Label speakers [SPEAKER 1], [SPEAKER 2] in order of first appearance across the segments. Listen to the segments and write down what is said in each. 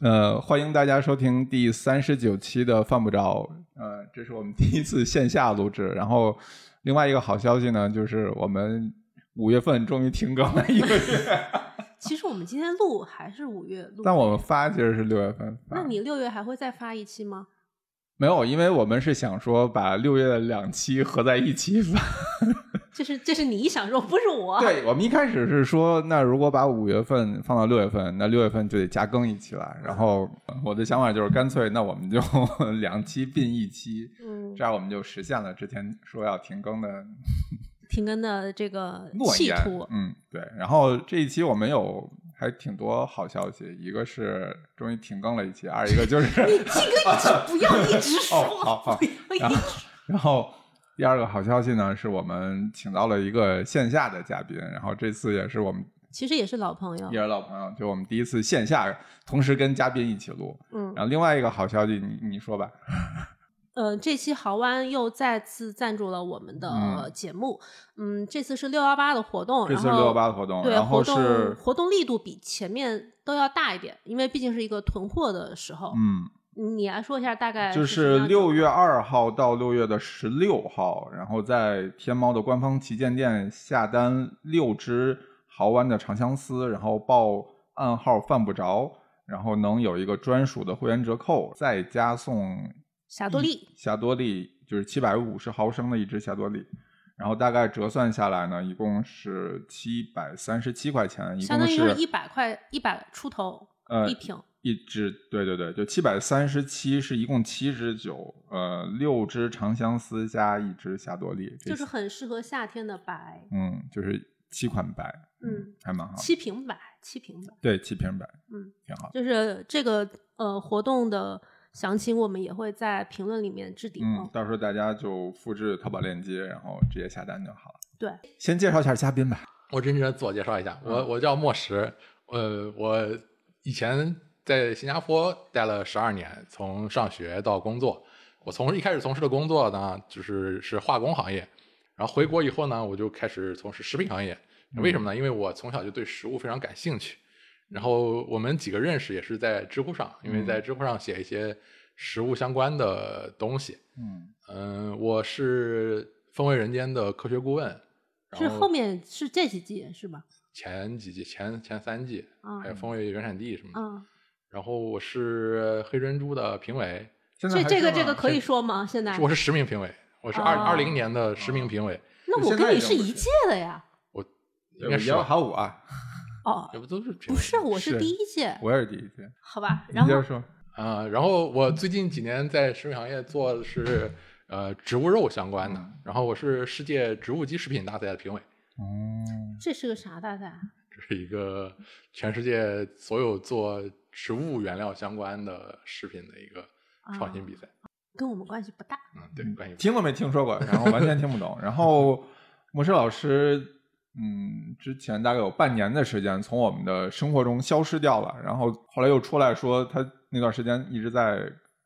[SPEAKER 1] 呃，欢迎大家收听第三十九期的《犯不着》。呃，这是我们第一次线下录制。然后，另外一个好消息呢，就是我们五月份终于停更了一个月，
[SPEAKER 2] 其实我们今天录还是五月录，
[SPEAKER 1] 但我们发其实是六月份发。
[SPEAKER 2] 那你六月还会再发一期吗？
[SPEAKER 1] 没有，因为我们是想说把六月的两期合在一起发。
[SPEAKER 2] 这是这是你想说，不是我。
[SPEAKER 1] 对我们一开始是说，那如果把五月份放到六月份，那六月份就得加更一期了。然后我的想法就是，干脆那我们就 两期并一期，
[SPEAKER 2] 嗯
[SPEAKER 1] 这，样我们就实现了之前说要停更的
[SPEAKER 2] 停更的这个
[SPEAKER 1] 诺
[SPEAKER 2] 企
[SPEAKER 1] 言
[SPEAKER 2] 图。，
[SPEAKER 1] 嗯，对。然后这一期我们有还挺多好消息，一个是终于停更了一期，二一个就是
[SPEAKER 2] 你这个你就不要一直说，
[SPEAKER 1] 哦好好
[SPEAKER 2] 不要
[SPEAKER 1] 然
[SPEAKER 2] 一
[SPEAKER 1] 后
[SPEAKER 2] 直。，
[SPEAKER 1] 然后第二个好消息呢，是我们请到了一个线下的嘉宾，然后这次也是我们
[SPEAKER 2] 其实也是老朋友
[SPEAKER 1] 也，是老朋友，就我们第一次线下同时跟嘉宾一起录。
[SPEAKER 2] 嗯，
[SPEAKER 1] 然后另外一个好消息，你你说吧，
[SPEAKER 2] 呃，这期豪湾又再次赞助了我们的、
[SPEAKER 1] 嗯
[SPEAKER 2] 呃节目，嗯，这次是六幺八的活动，
[SPEAKER 1] 这次是
[SPEAKER 2] 哦然后
[SPEAKER 1] 六幺八的活动，
[SPEAKER 2] 对
[SPEAKER 1] 然后
[SPEAKER 2] 活
[SPEAKER 1] 是
[SPEAKER 2] 动活动力度比前面都要大一点，因为毕竟是一个囤货的时候。
[SPEAKER 1] 嗯，
[SPEAKER 2] 你来说一下大概
[SPEAKER 1] 就是
[SPEAKER 2] 呃
[SPEAKER 1] 是
[SPEAKER 2] 什么样的
[SPEAKER 1] 六月二号到六月的十六号，然后在天猫的官方旗舰店下单六只豪湾的长相思，然后报暗号犯不着，然后能有一个专属的会员折扣，再加送
[SPEAKER 2] 霞多丽，
[SPEAKER 1] 霞多丽，就是七百五十毫升的一只霞多丽。然后大概折算下来呢，一共是七百三十七块钱，一
[SPEAKER 2] 相
[SPEAKER 1] 共
[SPEAKER 2] 当于
[SPEAKER 1] 是
[SPEAKER 2] 是一百块一百出头、
[SPEAKER 1] 呃
[SPEAKER 2] 一瓶，
[SPEAKER 1] 一支，对对对，就七百三十七是一共七支酒，呃，六支长相思加一支霞多丽，这
[SPEAKER 2] 就是很适合夏天的白，
[SPEAKER 1] 嗯，就是七款白，
[SPEAKER 2] 嗯，
[SPEAKER 1] 还蛮好，
[SPEAKER 2] 七瓶白，七瓶白，
[SPEAKER 1] 对，七瓶白，
[SPEAKER 2] 嗯，
[SPEAKER 1] 挺好，
[SPEAKER 2] 就是这个呃活动的详情，我们也会在评论里面置顶
[SPEAKER 1] 嗯
[SPEAKER 2] 哦，。
[SPEAKER 1] 到时候大家就复制淘宝链接，然后直接下单就好了。
[SPEAKER 2] 对，
[SPEAKER 1] 先介绍一下嘉宾吧，
[SPEAKER 3] 我真正自我介绍一下，我
[SPEAKER 1] 嗯
[SPEAKER 3] 我叫莫石，呃，我以前在新加坡待了十二年，从上学到工作，我从一开始从事的工作呢，就是是化工行业，然后回国以后呢，我就开始从事食品行业。为什么呢？因为我从小就对食物非常感兴趣，然后我们几个认识也是在知乎上，因为
[SPEAKER 1] 嗯
[SPEAKER 3] 在知乎上写一些食物相关的东西。
[SPEAKER 1] 嗯，
[SPEAKER 3] 嗯，我是风味人间的科学顾问，然
[SPEAKER 2] 是
[SPEAKER 3] 后
[SPEAKER 2] 后面是这几季是吧？
[SPEAKER 3] 前几季、前前三季，
[SPEAKER 2] 啊
[SPEAKER 3] 还有风味原产地什么的。
[SPEAKER 2] 啊，
[SPEAKER 3] 然后我是黑珍珠的评委，
[SPEAKER 1] 现在
[SPEAKER 2] 这
[SPEAKER 1] 还
[SPEAKER 2] 这个
[SPEAKER 1] 是吗
[SPEAKER 2] 这个可以说吗？现在
[SPEAKER 3] 是我是实名评委，我是二
[SPEAKER 2] 嗯哦
[SPEAKER 3] 二零年的实名评委，
[SPEAKER 2] 那我
[SPEAKER 1] 现在
[SPEAKER 2] 跟你
[SPEAKER 1] 已经
[SPEAKER 2] 是
[SPEAKER 1] 不
[SPEAKER 2] 一
[SPEAKER 1] 是
[SPEAKER 2] 届的呀。
[SPEAKER 3] 应该
[SPEAKER 1] 对
[SPEAKER 3] 是
[SPEAKER 1] 我
[SPEAKER 3] 吧
[SPEAKER 1] 好五啊，
[SPEAKER 2] 哦，
[SPEAKER 3] 这不都是
[SPEAKER 2] 不
[SPEAKER 3] 评委
[SPEAKER 2] 是，我
[SPEAKER 1] 是
[SPEAKER 2] 是第一届，
[SPEAKER 1] 我也是第一届，
[SPEAKER 2] 好吧？
[SPEAKER 1] 你
[SPEAKER 2] 然
[SPEAKER 1] 接
[SPEAKER 2] 后
[SPEAKER 1] 着说，
[SPEAKER 3] 啊、然后我最近几年在食品行业做的是呃植物肉相关的，
[SPEAKER 1] 嗯
[SPEAKER 3] 然后我是世界植物基食品大赛的评委，
[SPEAKER 1] 嗯，
[SPEAKER 2] 这是个啥大赛？
[SPEAKER 3] 这是一个全世界所有做植物原料相关的食品的一个创
[SPEAKER 2] 哦
[SPEAKER 3] 新比赛。
[SPEAKER 2] 啊跟我们关系不大。
[SPEAKER 3] 嗯，对，关于
[SPEAKER 1] 听都没听说过，然后完全听不懂。然 后模式老师，嗯，之前大概有半年的时间从我们的生活中消失掉了，然后后来又出来说，他那段时间一直在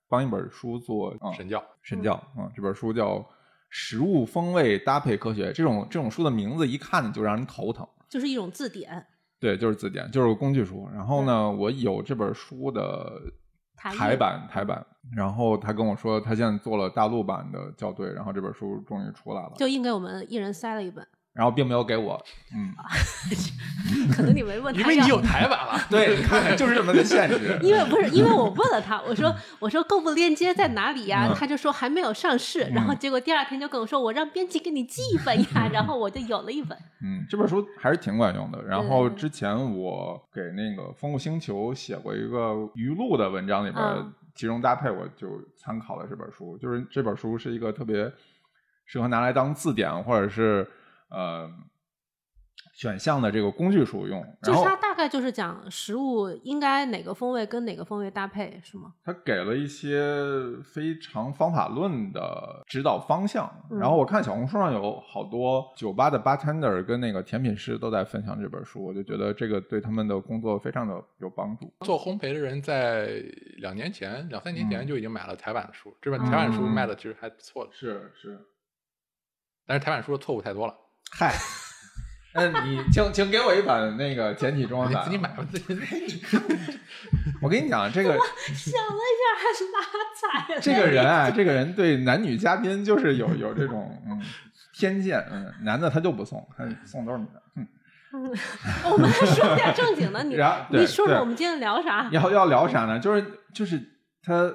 [SPEAKER 1] 帮一本书做啊
[SPEAKER 3] 神教。
[SPEAKER 1] 神教啊、嗯这本书叫《食物风味搭配科学》，这种这种书的名字一看就让人头疼。
[SPEAKER 2] 就是一种字典
[SPEAKER 1] 对，就是字典，就是工具书。然后呢，我有这本书的
[SPEAKER 2] 嗯台译
[SPEAKER 1] 台版，台版。然后他跟我说，他现在做了大陆版的校对，然后这本书终于出来了，
[SPEAKER 2] 就硬给我们一人塞 了一本，
[SPEAKER 1] 然后并没有给我。 嗯，
[SPEAKER 2] 可能你没问
[SPEAKER 3] 因
[SPEAKER 2] 他
[SPEAKER 3] 为
[SPEAKER 2] 要
[SPEAKER 3] 你有台版了，
[SPEAKER 1] 对，你看就是这么个现实。
[SPEAKER 2] 因为不是因为我问了他，我说我说购物链接在哪里呀、
[SPEAKER 1] 嗯
[SPEAKER 2] 他就说还没有上市，然后结果第二天就跟我说我让编辑给你寄一本呀， 然后我就有了一本。
[SPEAKER 1] 嗯，这本书还是挺管用的。然后
[SPEAKER 2] 对
[SPEAKER 1] 之前我给那个《丰富星球》写过一个语录的文章里边，
[SPEAKER 2] 嗯
[SPEAKER 1] 其中搭配我就参考了这本书。就是这本书是一个特别适合拿来当字典或者是呃选项的这个工具书用。
[SPEAKER 2] 就
[SPEAKER 1] 然后
[SPEAKER 2] 是他大概就是讲食物应该哪个风味跟哪个风味搭配，是吗？
[SPEAKER 1] 他给了一些非常方法论的指导方向。
[SPEAKER 2] 嗯
[SPEAKER 1] 然后我看小红书上有好多酒吧的 bartender 跟那个甜品师都在分享这本书，我就觉得这个对他们的工作非常的有帮助。
[SPEAKER 3] 做烘焙的人在两年前、两三年
[SPEAKER 1] 嗯
[SPEAKER 3] 前就已经买了台版的书，这本台版书
[SPEAKER 1] 嗯
[SPEAKER 3] 卖的其实还不错的，
[SPEAKER 1] 是是，
[SPEAKER 3] 但是台版书的错误太多了。
[SPEAKER 1] 嗨， 那你请请给我一版那个简体中文
[SPEAKER 3] 你
[SPEAKER 1] 版啊
[SPEAKER 3] 自己。买吧，自己
[SPEAKER 1] 我跟你讲，啊这个
[SPEAKER 2] 想了一下还是拉踩了。
[SPEAKER 1] 这个人啊，这个人对男女嘉宾就是有有这种嗯偏见，嗯，男的他就不送，他送都是女的。嗯，
[SPEAKER 2] 我们来说点正经的，你
[SPEAKER 1] 然后对
[SPEAKER 2] 你说
[SPEAKER 1] 对
[SPEAKER 2] 说我们今天聊啥？
[SPEAKER 1] 要要聊啥呢？就是就是他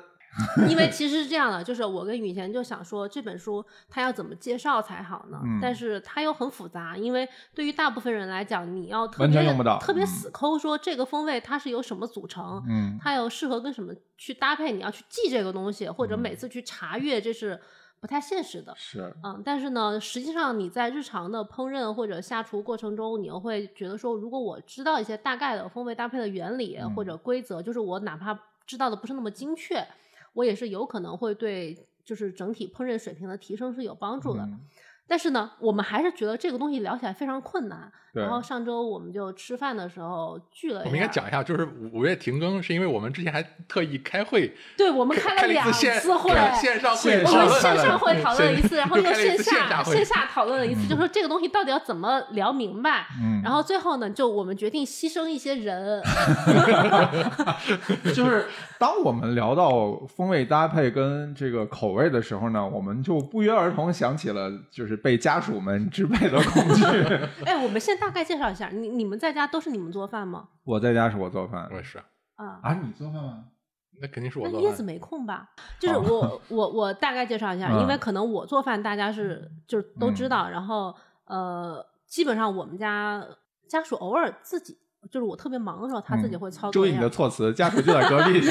[SPEAKER 2] 因为其实是这样的，就是我跟雨前就想说这本书它要怎么介绍才好呢？
[SPEAKER 1] 嗯
[SPEAKER 2] 但是它又很复杂，因为对于大部分人来讲，你要特别
[SPEAKER 1] 完全用不到
[SPEAKER 2] 特别
[SPEAKER 1] 嗯
[SPEAKER 2] 死抠说这个风味它是由什么组成，
[SPEAKER 1] 嗯
[SPEAKER 2] 它有适合跟什么去搭配，你要去记这个东西，或者
[SPEAKER 1] 嗯
[SPEAKER 2] 每次去查阅，这是不太现实的。
[SPEAKER 1] 是
[SPEAKER 2] 嗯，但是呢，实际上你在日常的烹饪或者下厨过程中，你又会觉得说，如果我知道一些大概的风味搭配的原理
[SPEAKER 1] 嗯
[SPEAKER 2] 或者规则，就是我哪怕知道的不是那么精确，我也是有可能会对就是整体烹饪水平的提升是有帮助的。
[SPEAKER 1] 嗯
[SPEAKER 2] 但是呢，我们还是觉得这个东西聊起来非常困难。
[SPEAKER 1] 对
[SPEAKER 2] 然后上周我们就吃饭的时候聚了一下，
[SPEAKER 3] 我们应该讲一下，就是五五月停更是因为我们之前还特意开会，
[SPEAKER 2] 对我们
[SPEAKER 3] 开
[SPEAKER 2] 了
[SPEAKER 3] 了一
[SPEAKER 2] 两
[SPEAKER 3] 次线
[SPEAKER 2] 次会，
[SPEAKER 3] 对线上会
[SPEAKER 1] 线
[SPEAKER 2] 我
[SPEAKER 3] 讨
[SPEAKER 2] 们
[SPEAKER 3] 论，
[SPEAKER 2] 线上会讨论一次，
[SPEAKER 3] 对
[SPEAKER 2] 然后又
[SPEAKER 3] 开了一
[SPEAKER 2] 线
[SPEAKER 3] 次
[SPEAKER 2] 下
[SPEAKER 3] 下会
[SPEAKER 2] 线，下讨论了一次，就说这个东西到底要怎么聊明白。
[SPEAKER 1] 嗯，
[SPEAKER 2] 然后最后呢，就我们决定牺牲一些人，
[SPEAKER 1] 就是当我们聊到风味搭配跟这个口味的时候呢，我们就不约而同想起了就是被家属们支配的恐 惧。
[SPEAKER 2] 哎，我们先大概介绍一下，你你们在家都是你们做饭吗？
[SPEAKER 1] 我在家是我做饭
[SPEAKER 3] 我也是，
[SPEAKER 2] 啊，
[SPEAKER 1] 啊，你做饭吗？
[SPEAKER 3] 那肯定是我
[SPEAKER 2] 那
[SPEAKER 3] 做
[SPEAKER 2] 椰子
[SPEAKER 3] 饭。
[SPEAKER 2] 没空吧？就是我我我大概介绍一下，
[SPEAKER 1] 嗯
[SPEAKER 2] 因为可能我做饭大家是就是都知道，然后呃，基本上我们家家属偶尔自己。就是我特别忙的时候，他自己会操
[SPEAKER 1] 注
[SPEAKER 2] 作一
[SPEAKER 1] 意
[SPEAKER 2] 下。
[SPEAKER 1] 你的措辞，家属就在隔 壁。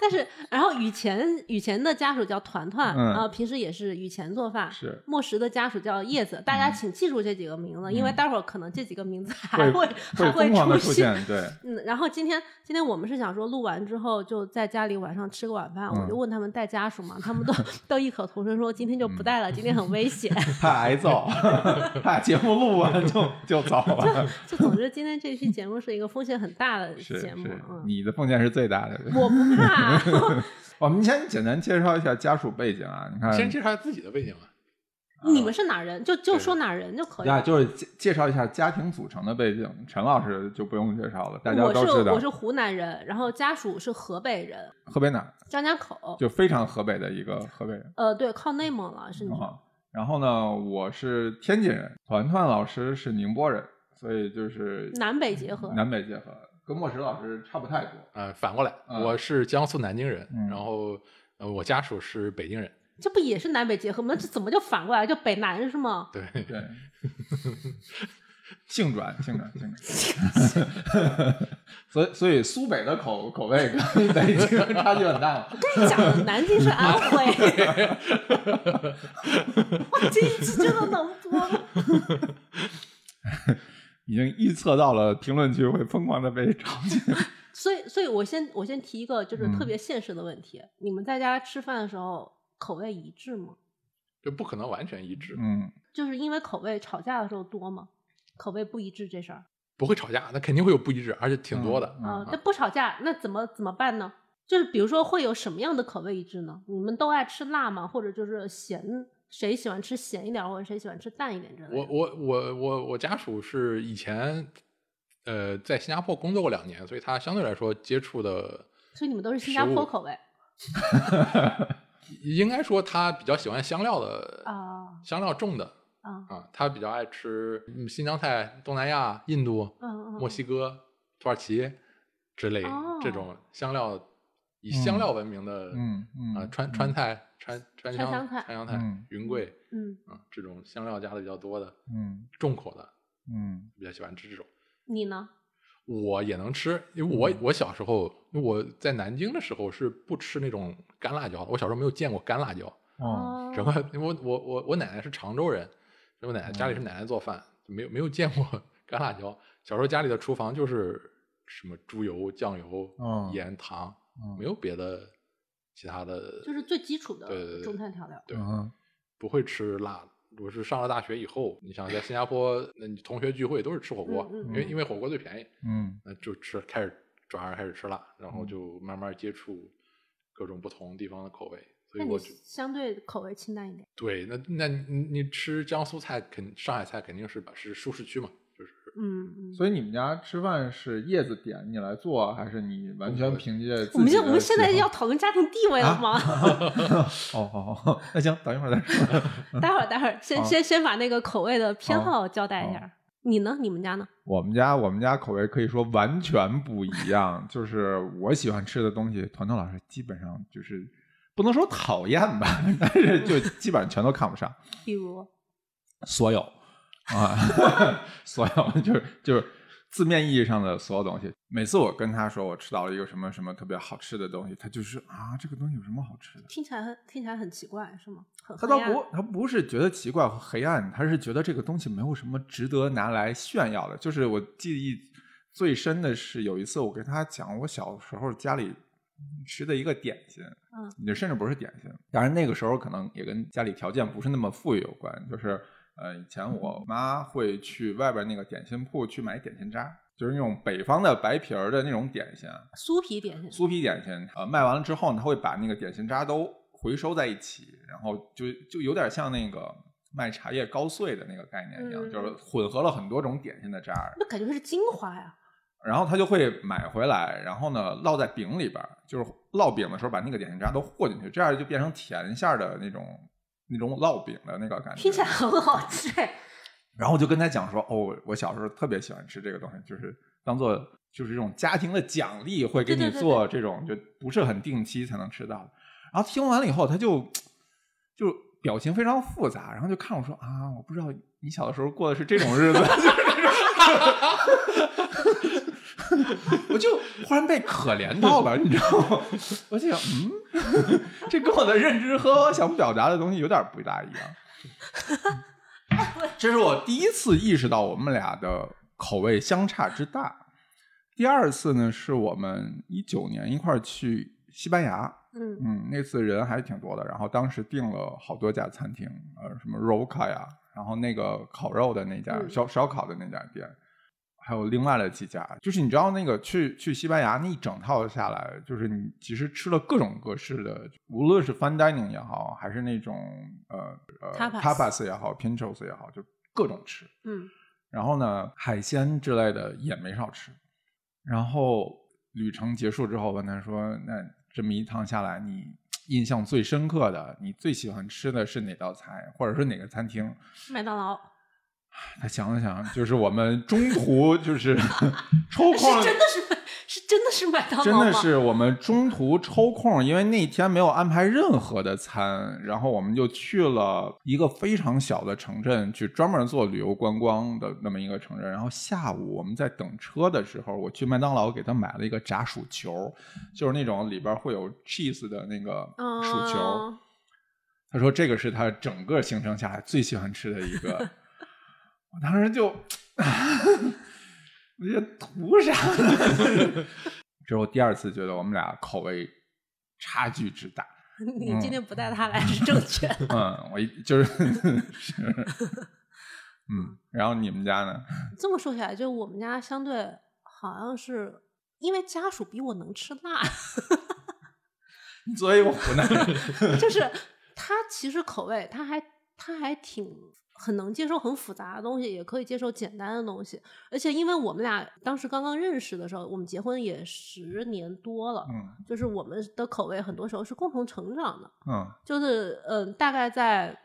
[SPEAKER 2] 但是，然后雨前雨前的家属叫团团，
[SPEAKER 1] 嗯
[SPEAKER 2] 然后平时也是雨前做饭。
[SPEAKER 1] 是
[SPEAKER 2] 莫石的家属叫叶子，大家请记住这几个名字，因为
[SPEAKER 1] 嗯
[SPEAKER 2] 待会儿可能这几个名字还
[SPEAKER 1] 会
[SPEAKER 2] 会还
[SPEAKER 1] 疯狂的
[SPEAKER 2] 出
[SPEAKER 1] 出现，对，
[SPEAKER 2] 嗯，然后今天今天我们是想说录完之后就在家里晚上吃个晚饭，我就
[SPEAKER 1] 嗯
[SPEAKER 2] 问他们带家属嘛，他们都 都异口同声说今天就不带了，今天很危险。
[SPEAKER 1] 怕挨揍， 怕节目录完就就走了。
[SPEAKER 2] 就总之今天这期节目是一个风险很大的
[SPEAKER 1] 是
[SPEAKER 2] 节目
[SPEAKER 1] 是，
[SPEAKER 2] 嗯，
[SPEAKER 1] 你的奉献是最大的。
[SPEAKER 2] 我不怕。
[SPEAKER 1] 我们先简单介绍一下家属背景啊，你看，
[SPEAKER 3] 先介绍一下自己的背景吧。
[SPEAKER 2] 你们是哪人，就就
[SPEAKER 3] 对
[SPEAKER 2] 说哪人就可以。
[SPEAKER 1] 呀，就是介介绍一下家庭组成的背景，陈老师就不用介绍了，大家
[SPEAKER 2] 我
[SPEAKER 1] 都知
[SPEAKER 2] 是
[SPEAKER 1] 道
[SPEAKER 2] 我。是湖南人，然后家属是河北人，
[SPEAKER 1] 河北哪儿？
[SPEAKER 2] 张家口。
[SPEAKER 1] 就非常河北的一个河北人
[SPEAKER 2] 呃，对，靠内蒙了，是你。
[SPEAKER 1] 啊。然后呢，我是天津人，团团老师是宁波人，所以就是
[SPEAKER 2] 南北结合
[SPEAKER 1] 南北结合，跟莫石老师差不太多。
[SPEAKER 3] 呃，反过来，
[SPEAKER 1] 嗯
[SPEAKER 3] 我是江苏南京人，
[SPEAKER 1] 嗯
[SPEAKER 3] 然后呃，我家属是北京人。
[SPEAKER 2] 这不也是南北结合吗？这怎么就反过来就北南 是吗？
[SPEAKER 3] 对，
[SPEAKER 1] 对，性转，性转，性转。所以，所以苏北的口口味跟北京 差距很大嘛。
[SPEAKER 2] 跟你讲，南京是安 徽。哇，这一期真的能播吗？
[SPEAKER 1] 已经预测到了评论区会疯狂的被抄近。
[SPEAKER 2] 所以，所以我先我先提一个就是
[SPEAKER 1] 嗯
[SPEAKER 2] 特别现实的问题：你们在家吃饭的时候口味一致吗？
[SPEAKER 3] 这不可能完全一致，
[SPEAKER 1] 嗯，
[SPEAKER 2] 就是因为口味吵架的时候多吗？口味不一致这事儿
[SPEAKER 3] 不会吵架，那肯定会有不一致，而且挺多的。
[SPEAKER 2] 啊
[SPEAKER 1] 嗯，
[SPEAKER 2] 那、不吵架那怎么怎么办呢？就是比如说会有什么样的口味一致呢？你们都爱吃辣吗？或者就是咸，谁喜欢吃咸一点，或者谁喜欢吃淡一点之类的？
[SPEAKER 3] 我我我我我家属是以前呃在新加坡工作过两年，所以他相对来说接触的
[SPEAKER 2] 所以你们都是新加
[SPEAKER 3] 食
[SPEAKER 2] 坡
[SPEAKER 3] 物
[SPEAKER 2] 口味
[SPEAKER 3] 应该说他比较喜欢香料的，
[SPEAKER 2] 啊
[SPEAKER 3] 香料重的
[SPEAKER 2] 啊
[SPEAKER 3] 啊，他比较爱吃嗯新疆菜、东南亚、印度、
[SPEAKER 2] 嗯嗯，
[SPEAKER 3] 墨西哥、土耳其之类
[SPEAKER 2] 哦
[SPEAKER 3] 这种香料以香料闻名的，
[SPEAKER 1] 嗯
[SPEAKER 2] 哦
[SPEAKER 1] 嗯
[SPEAKER 3] 啊，川川菜、川川
[SPEAKER 2] 川
[SPEAKER 3] 湘
[SPEAKER 2] 湘菜
[SPEAKER 3] 川湘菜
[SPEAKER 1] 嗯、
[SPEAKER 3] 云贵
[SPEAKER 2] 嗯，
[SPEAKER 3] 啊这种香料加的比较多的，
[SPEAKER 1] 嗯
[SPEAKER 3] 重口的
[SPEAKER 1] 嗯
[SPEAKER 3] 比较喜欢吃这种。
[SPEAKER 2] 你呢？
[SPEAKER 3] 我也能吃，因为我我小时候我在南京的时候是不吃那种干辣椒的，我小时候没有见过干辣椒。
[SPEAKER 1] 哦，
[SPEAKER 3] 整个因为我我我我奶奶是常州人，我奶奶家里是奶奶做饭，就没有没有见过 干辣椒。小时候家里的厨房就是什么猪油、酱油、
[SPEAKER 1] 嗯
[SPEAKER 3] 盐、糖，
[SPEAKER 1] 嗯
[SPEAKER 3] 没有别的其他的，
[SPEAKER 2] 就是最基础
[SPEAKER 3] 对对
[SPEAKER 2] 的
[SPEAKER 3] 对
[SPEAKER 2] 中餐调料。
[SPEAKER 3] 对，
[SPEAKER 1] 嗯
[SPEAKER 3] 不会吃辣的。我是上了大学以后，你想在新加坡，那你同学聚会都是吃火锅，
[SPEAKER 2] 嗯嗯
[SPEAKER 3] 因为
[SPEAKER 1] 嗯
[SPEAKER 3] 因为火锅最便宜，
[SPEAKER 1] 嗯
[SPEAKER 3] 那就吃开始转而开始吃辣，然后
[SPEAKER 1] 嗯
[SPEAKER 3] 就慢慢接触各种不同地方的口味，所
[SPEAKER 2] 那
[SPEAKER 3] 以
[SPEAKER 2] 你
[SPEAKER 3] 我觉
[SPEAKER 2] 相对口味清淡一点。
[SPEAKER 3] 对，那那你你吃江苏菜肯上海菜肯定是吧是舒适区嘛，就是
[SPEAKER 2] 嗯嗯。
[SPEAKER 1] 所以你们家吃饭是叶子点你来做，啊还是你完全凭借自己的
[SPEAKER 2] 我们
[SPEAKER 1] 喜
[SPEAKER 2] 现
[SPEAKER 1] 好？
[SPEAKER 2] 我们现在要讨论家庭地位了
[SPEAKER 1] 啊
[SPEAKER 2] 吗？
[SPEAKER 1] 哦哦哦，那行，等一会儿再说。
[SPEAKER 2] 待会儿待会儿，先
[SPEAKER 1] 好
[SPEAKER 2] 先先把那个口味的偏
[SPEAKER 1] 好
[SPEAKER 2] 好交代一
[SPEAKER 1] 好
[SPEAKER 2] 下。你呢？你们家呢？
[SPEAKER 1] 我们家我们家口味可以说完全不一样，就是我喜欢吃的东西，团团老师基本上就是不能说讨厌吧， 但是就基本上全都看不上，
[SPEAKER 2] 比如，
[SPEAKER 1] 所有啊， 所有就是就是字面意义上的所有东西。每次我跟他说我吃到了一个什么什么特别好吃的东西，他就是啊，这个东西有什么好吃的？
[SPEAKER 2] 听起来很听起来很奇怪，是吗？很
[SPEAKER 1] 他
[SPEAKER 2] 黑
[SPEAKER 1] 倒
[SPEAKER 2] 暗
[SPEAKER 1] 不，他不是觉得奇怪和黑暗，他是觉得这个东西没有什么值得拿来炫耀的。就是我记忆最深的是有一次，我跟他讲我小时候家里吃的一个点心，
[SPEAKER 2] 嗯，
[SPEAKER 1] 也甚至不是点心，当然那个时候可能也跟家里条件不是那么富裕有关，就是呃，以前我妈会去外边那个点心铺去买点心渣。就是那种北方的白皮儿的那种点心，啊
[SPEAKER 2] 酥皮点心。
[SPEAKER 1] 酥皮点心，呃，卖完了之后呢，他会把那个点心渣都回收在一起，然后就就有点像那个卖茶叶糕碎的那个概念一样，
[SPEAKER 2] 嗯
[SPEAKER 1] 就是混合了很多种点心的渣，
[SPEAKER 2] 那感觉是精华呀，
[SPEAKER 1] 然后他就会买回来，然后呢烙在饼里边儿，就是烙饼的时候把那个点心渣都和进去，这样就变成甜馅儿的那种那种烙饼的那个感觉。
[SPEAKER 2] 听起来很好吃哎。
[SPEAKER 1] 然后我就跟他讲说，哦，我小时候特别喜欢吃这个东西，就是当做就是这种家庭的奖励，会给
[SPEAKER 2] 对
[SPEAKER 1] 你
[SPEAKER 2] 对对
[SPEAKER 1] 做这种就不是很定期才能吃到的。然后听完了以后，他就就表情非常复杂，然后就看我说啊，我不知道你小的时候过的是这种日子。 我就忽然被可怜到了，你知道吗？我就想，嗯， 这跟我的认知和我想表达的东西有点不大一样。这是我第一次意识到我们俩的口味相差之大。第二次呢，是我们一九年一块儿去西班牙，
[SPEAKER 2] 嗯，
[SPEAKER 1] 嗯，那次人还挺多的，然后当时订了好多家餐厅，呃，什么 Roca 呀，然后那个烤肉的那家
[SPEAKER 2] 嗯
[SPEAKER 1] 烧烧烤的那家店，还有另外的几家，就是你知道那个去去西班牙那一整套下来，就是你其实吃了各种各式的，无论是 fine dining 也好，还是那种呃呃
[SPEAKER 2] Tapas
[SPEAKER 1] tapas 也好，pinchos 也好，就各种吃。
[SPEAKER 2] 嗯，
[SPEAKER 1] 然后呢，海鲜之类的也没少吃。然后旅程结束之后，问他说：“那这么一趟下来，你印象最深刻的，你最喜欢吃的是哪道菜，或者说哪个餐厅
[SPEAKER 2] 麦当劳？”
[SPEAKER 1] 他想了想，就是我们中途就是 抽空
[SPEAKER 2] 是，真的是是真的是麦当劳
[SPEAKER 1] 真
[SPEAKER 2] 吗？
[SPEAKER 1] 的是我们中途抽空，因为那天没有安排任何的餐，然后我们就去了一个非常小的城镇，去专门做旅游观光的那么一个城镇。然后下午我们在等车的时候，我去麦当劳给他买了一个炸薯球，就是那种里边会有 cheese 的那个
[SPEAKER 2] 嗯
[SPEAKER 1] 薯球。他说这个是他整个行程下来最喜欢吃的一个。我当时就，我觉得图啥？ 这是我第二次觉得我们俩口味差距之大。
[SPEAKER 2] 你今天不带他来是正确的。
[SPEAKER 1] 嗯，我一就是是，嗯。然后你们家呢？
[SPEAKER 2] 这么说起来，就我们家相对好像是因为家属比我能吃辣，
[SPEAKER 1] 作为一个湖南人，
[SPEAKER 2] 就是他其实口味他还他还挺很能接受很复杂的东西，也可以接受简单的东西。而且因为我们俩当时刚刚认识的时候，我们结婚也十年多了，
[SPEAKER 1] 嗯
[SPEAKER 2] 就是我们的口味很多时候是共同成长的。
[SPEAKER 1] 嗯
[SPEAKER 2] 就是嗯、呃大概在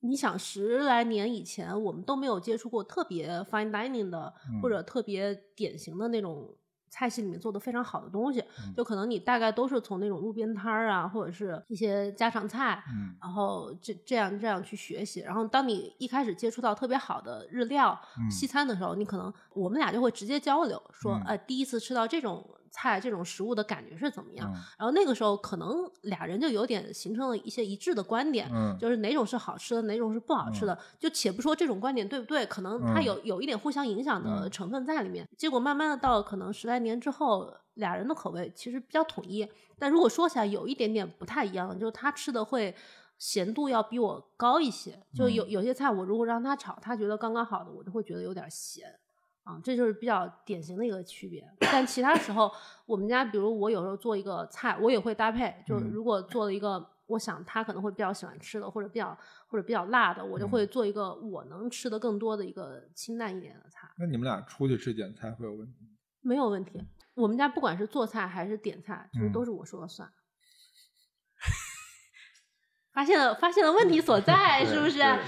[SPEAKER 2] 你想十来年以前，我们都没有接触过特别 fine dining 的、
[SPEAKER 1] 嗯
[SPEAKER 2] 或者特别典型的那种菜系里面做的非常好的东西。
[SPEAKER 1] 嗯
[SPEAKER 2] 就可能你大概都是从那种路边摊儿啊，或者是一些家常菜。
[SPEAKER 1] 嗯
[SPEAKER 2] 然后这这样这样去学习，然后当你一开始接触到特别好的日料、
[SPEAKER 1] 嗯
[SPEAKER 2] 西餐的时候，你可能我们俩就会直接交流，说、
[SPEAKER 1] 嗯
[SPEAKER 2] 呃第一次吃到这种菜、这种食物的感觉是怎么样？
[SPEAKER 1] 嗯
[SPEAKER 2] 然后那个时候可能俩人就有点形成了一些一致的观点，
[SPEAKER 1] 嗯，
[SPEAKER 2] 就是哪种是好吃的，哪种是不好吃的。就且不说这种观点对不对，可能它
[SPEAKER 1] 嗯
[SPEAKER 2] 有、有一点互相影响的
[SPEAKER 1] 嗯
[SPEAKER 2] 成分在里面。结果慢慢的到可能十来年之后，俩人的口味其实比较统一，但如果说起来有一点点不太一样，就是他吃的会。咸度要比我高一些，
[SPEAKER 1] 嗯
[SPEAKER 2] 就有有些菜我如果让他炒，他觉得刚刚好的，我就会觉得有点咸，啊，这就是比较典型的一个区别。但其他时候，我们家比如我有时候做一个菜，我也会搭配，就是
[SPEAKER 1] 嗯
[SPEAKER 2] 如果做了一个我想他可能会比较喜欢吃的，或者比较或者比较辣的，我就
[SPEAKER 1] 嗯
[SPEAKER 2] 会做一个我能吃的更多的一个清淡一点的菜，
[SPEAKER 1] 那你们俩出去吃简菜会有问题吗？
[SPEAKER 2] 没有问题。我们家不管是做菜还是点菜，就是
[SPEAKER 1] 嗯
[SPEAKER 2] 都是我说了算。发现了，发现了问题所在，是不是？啊、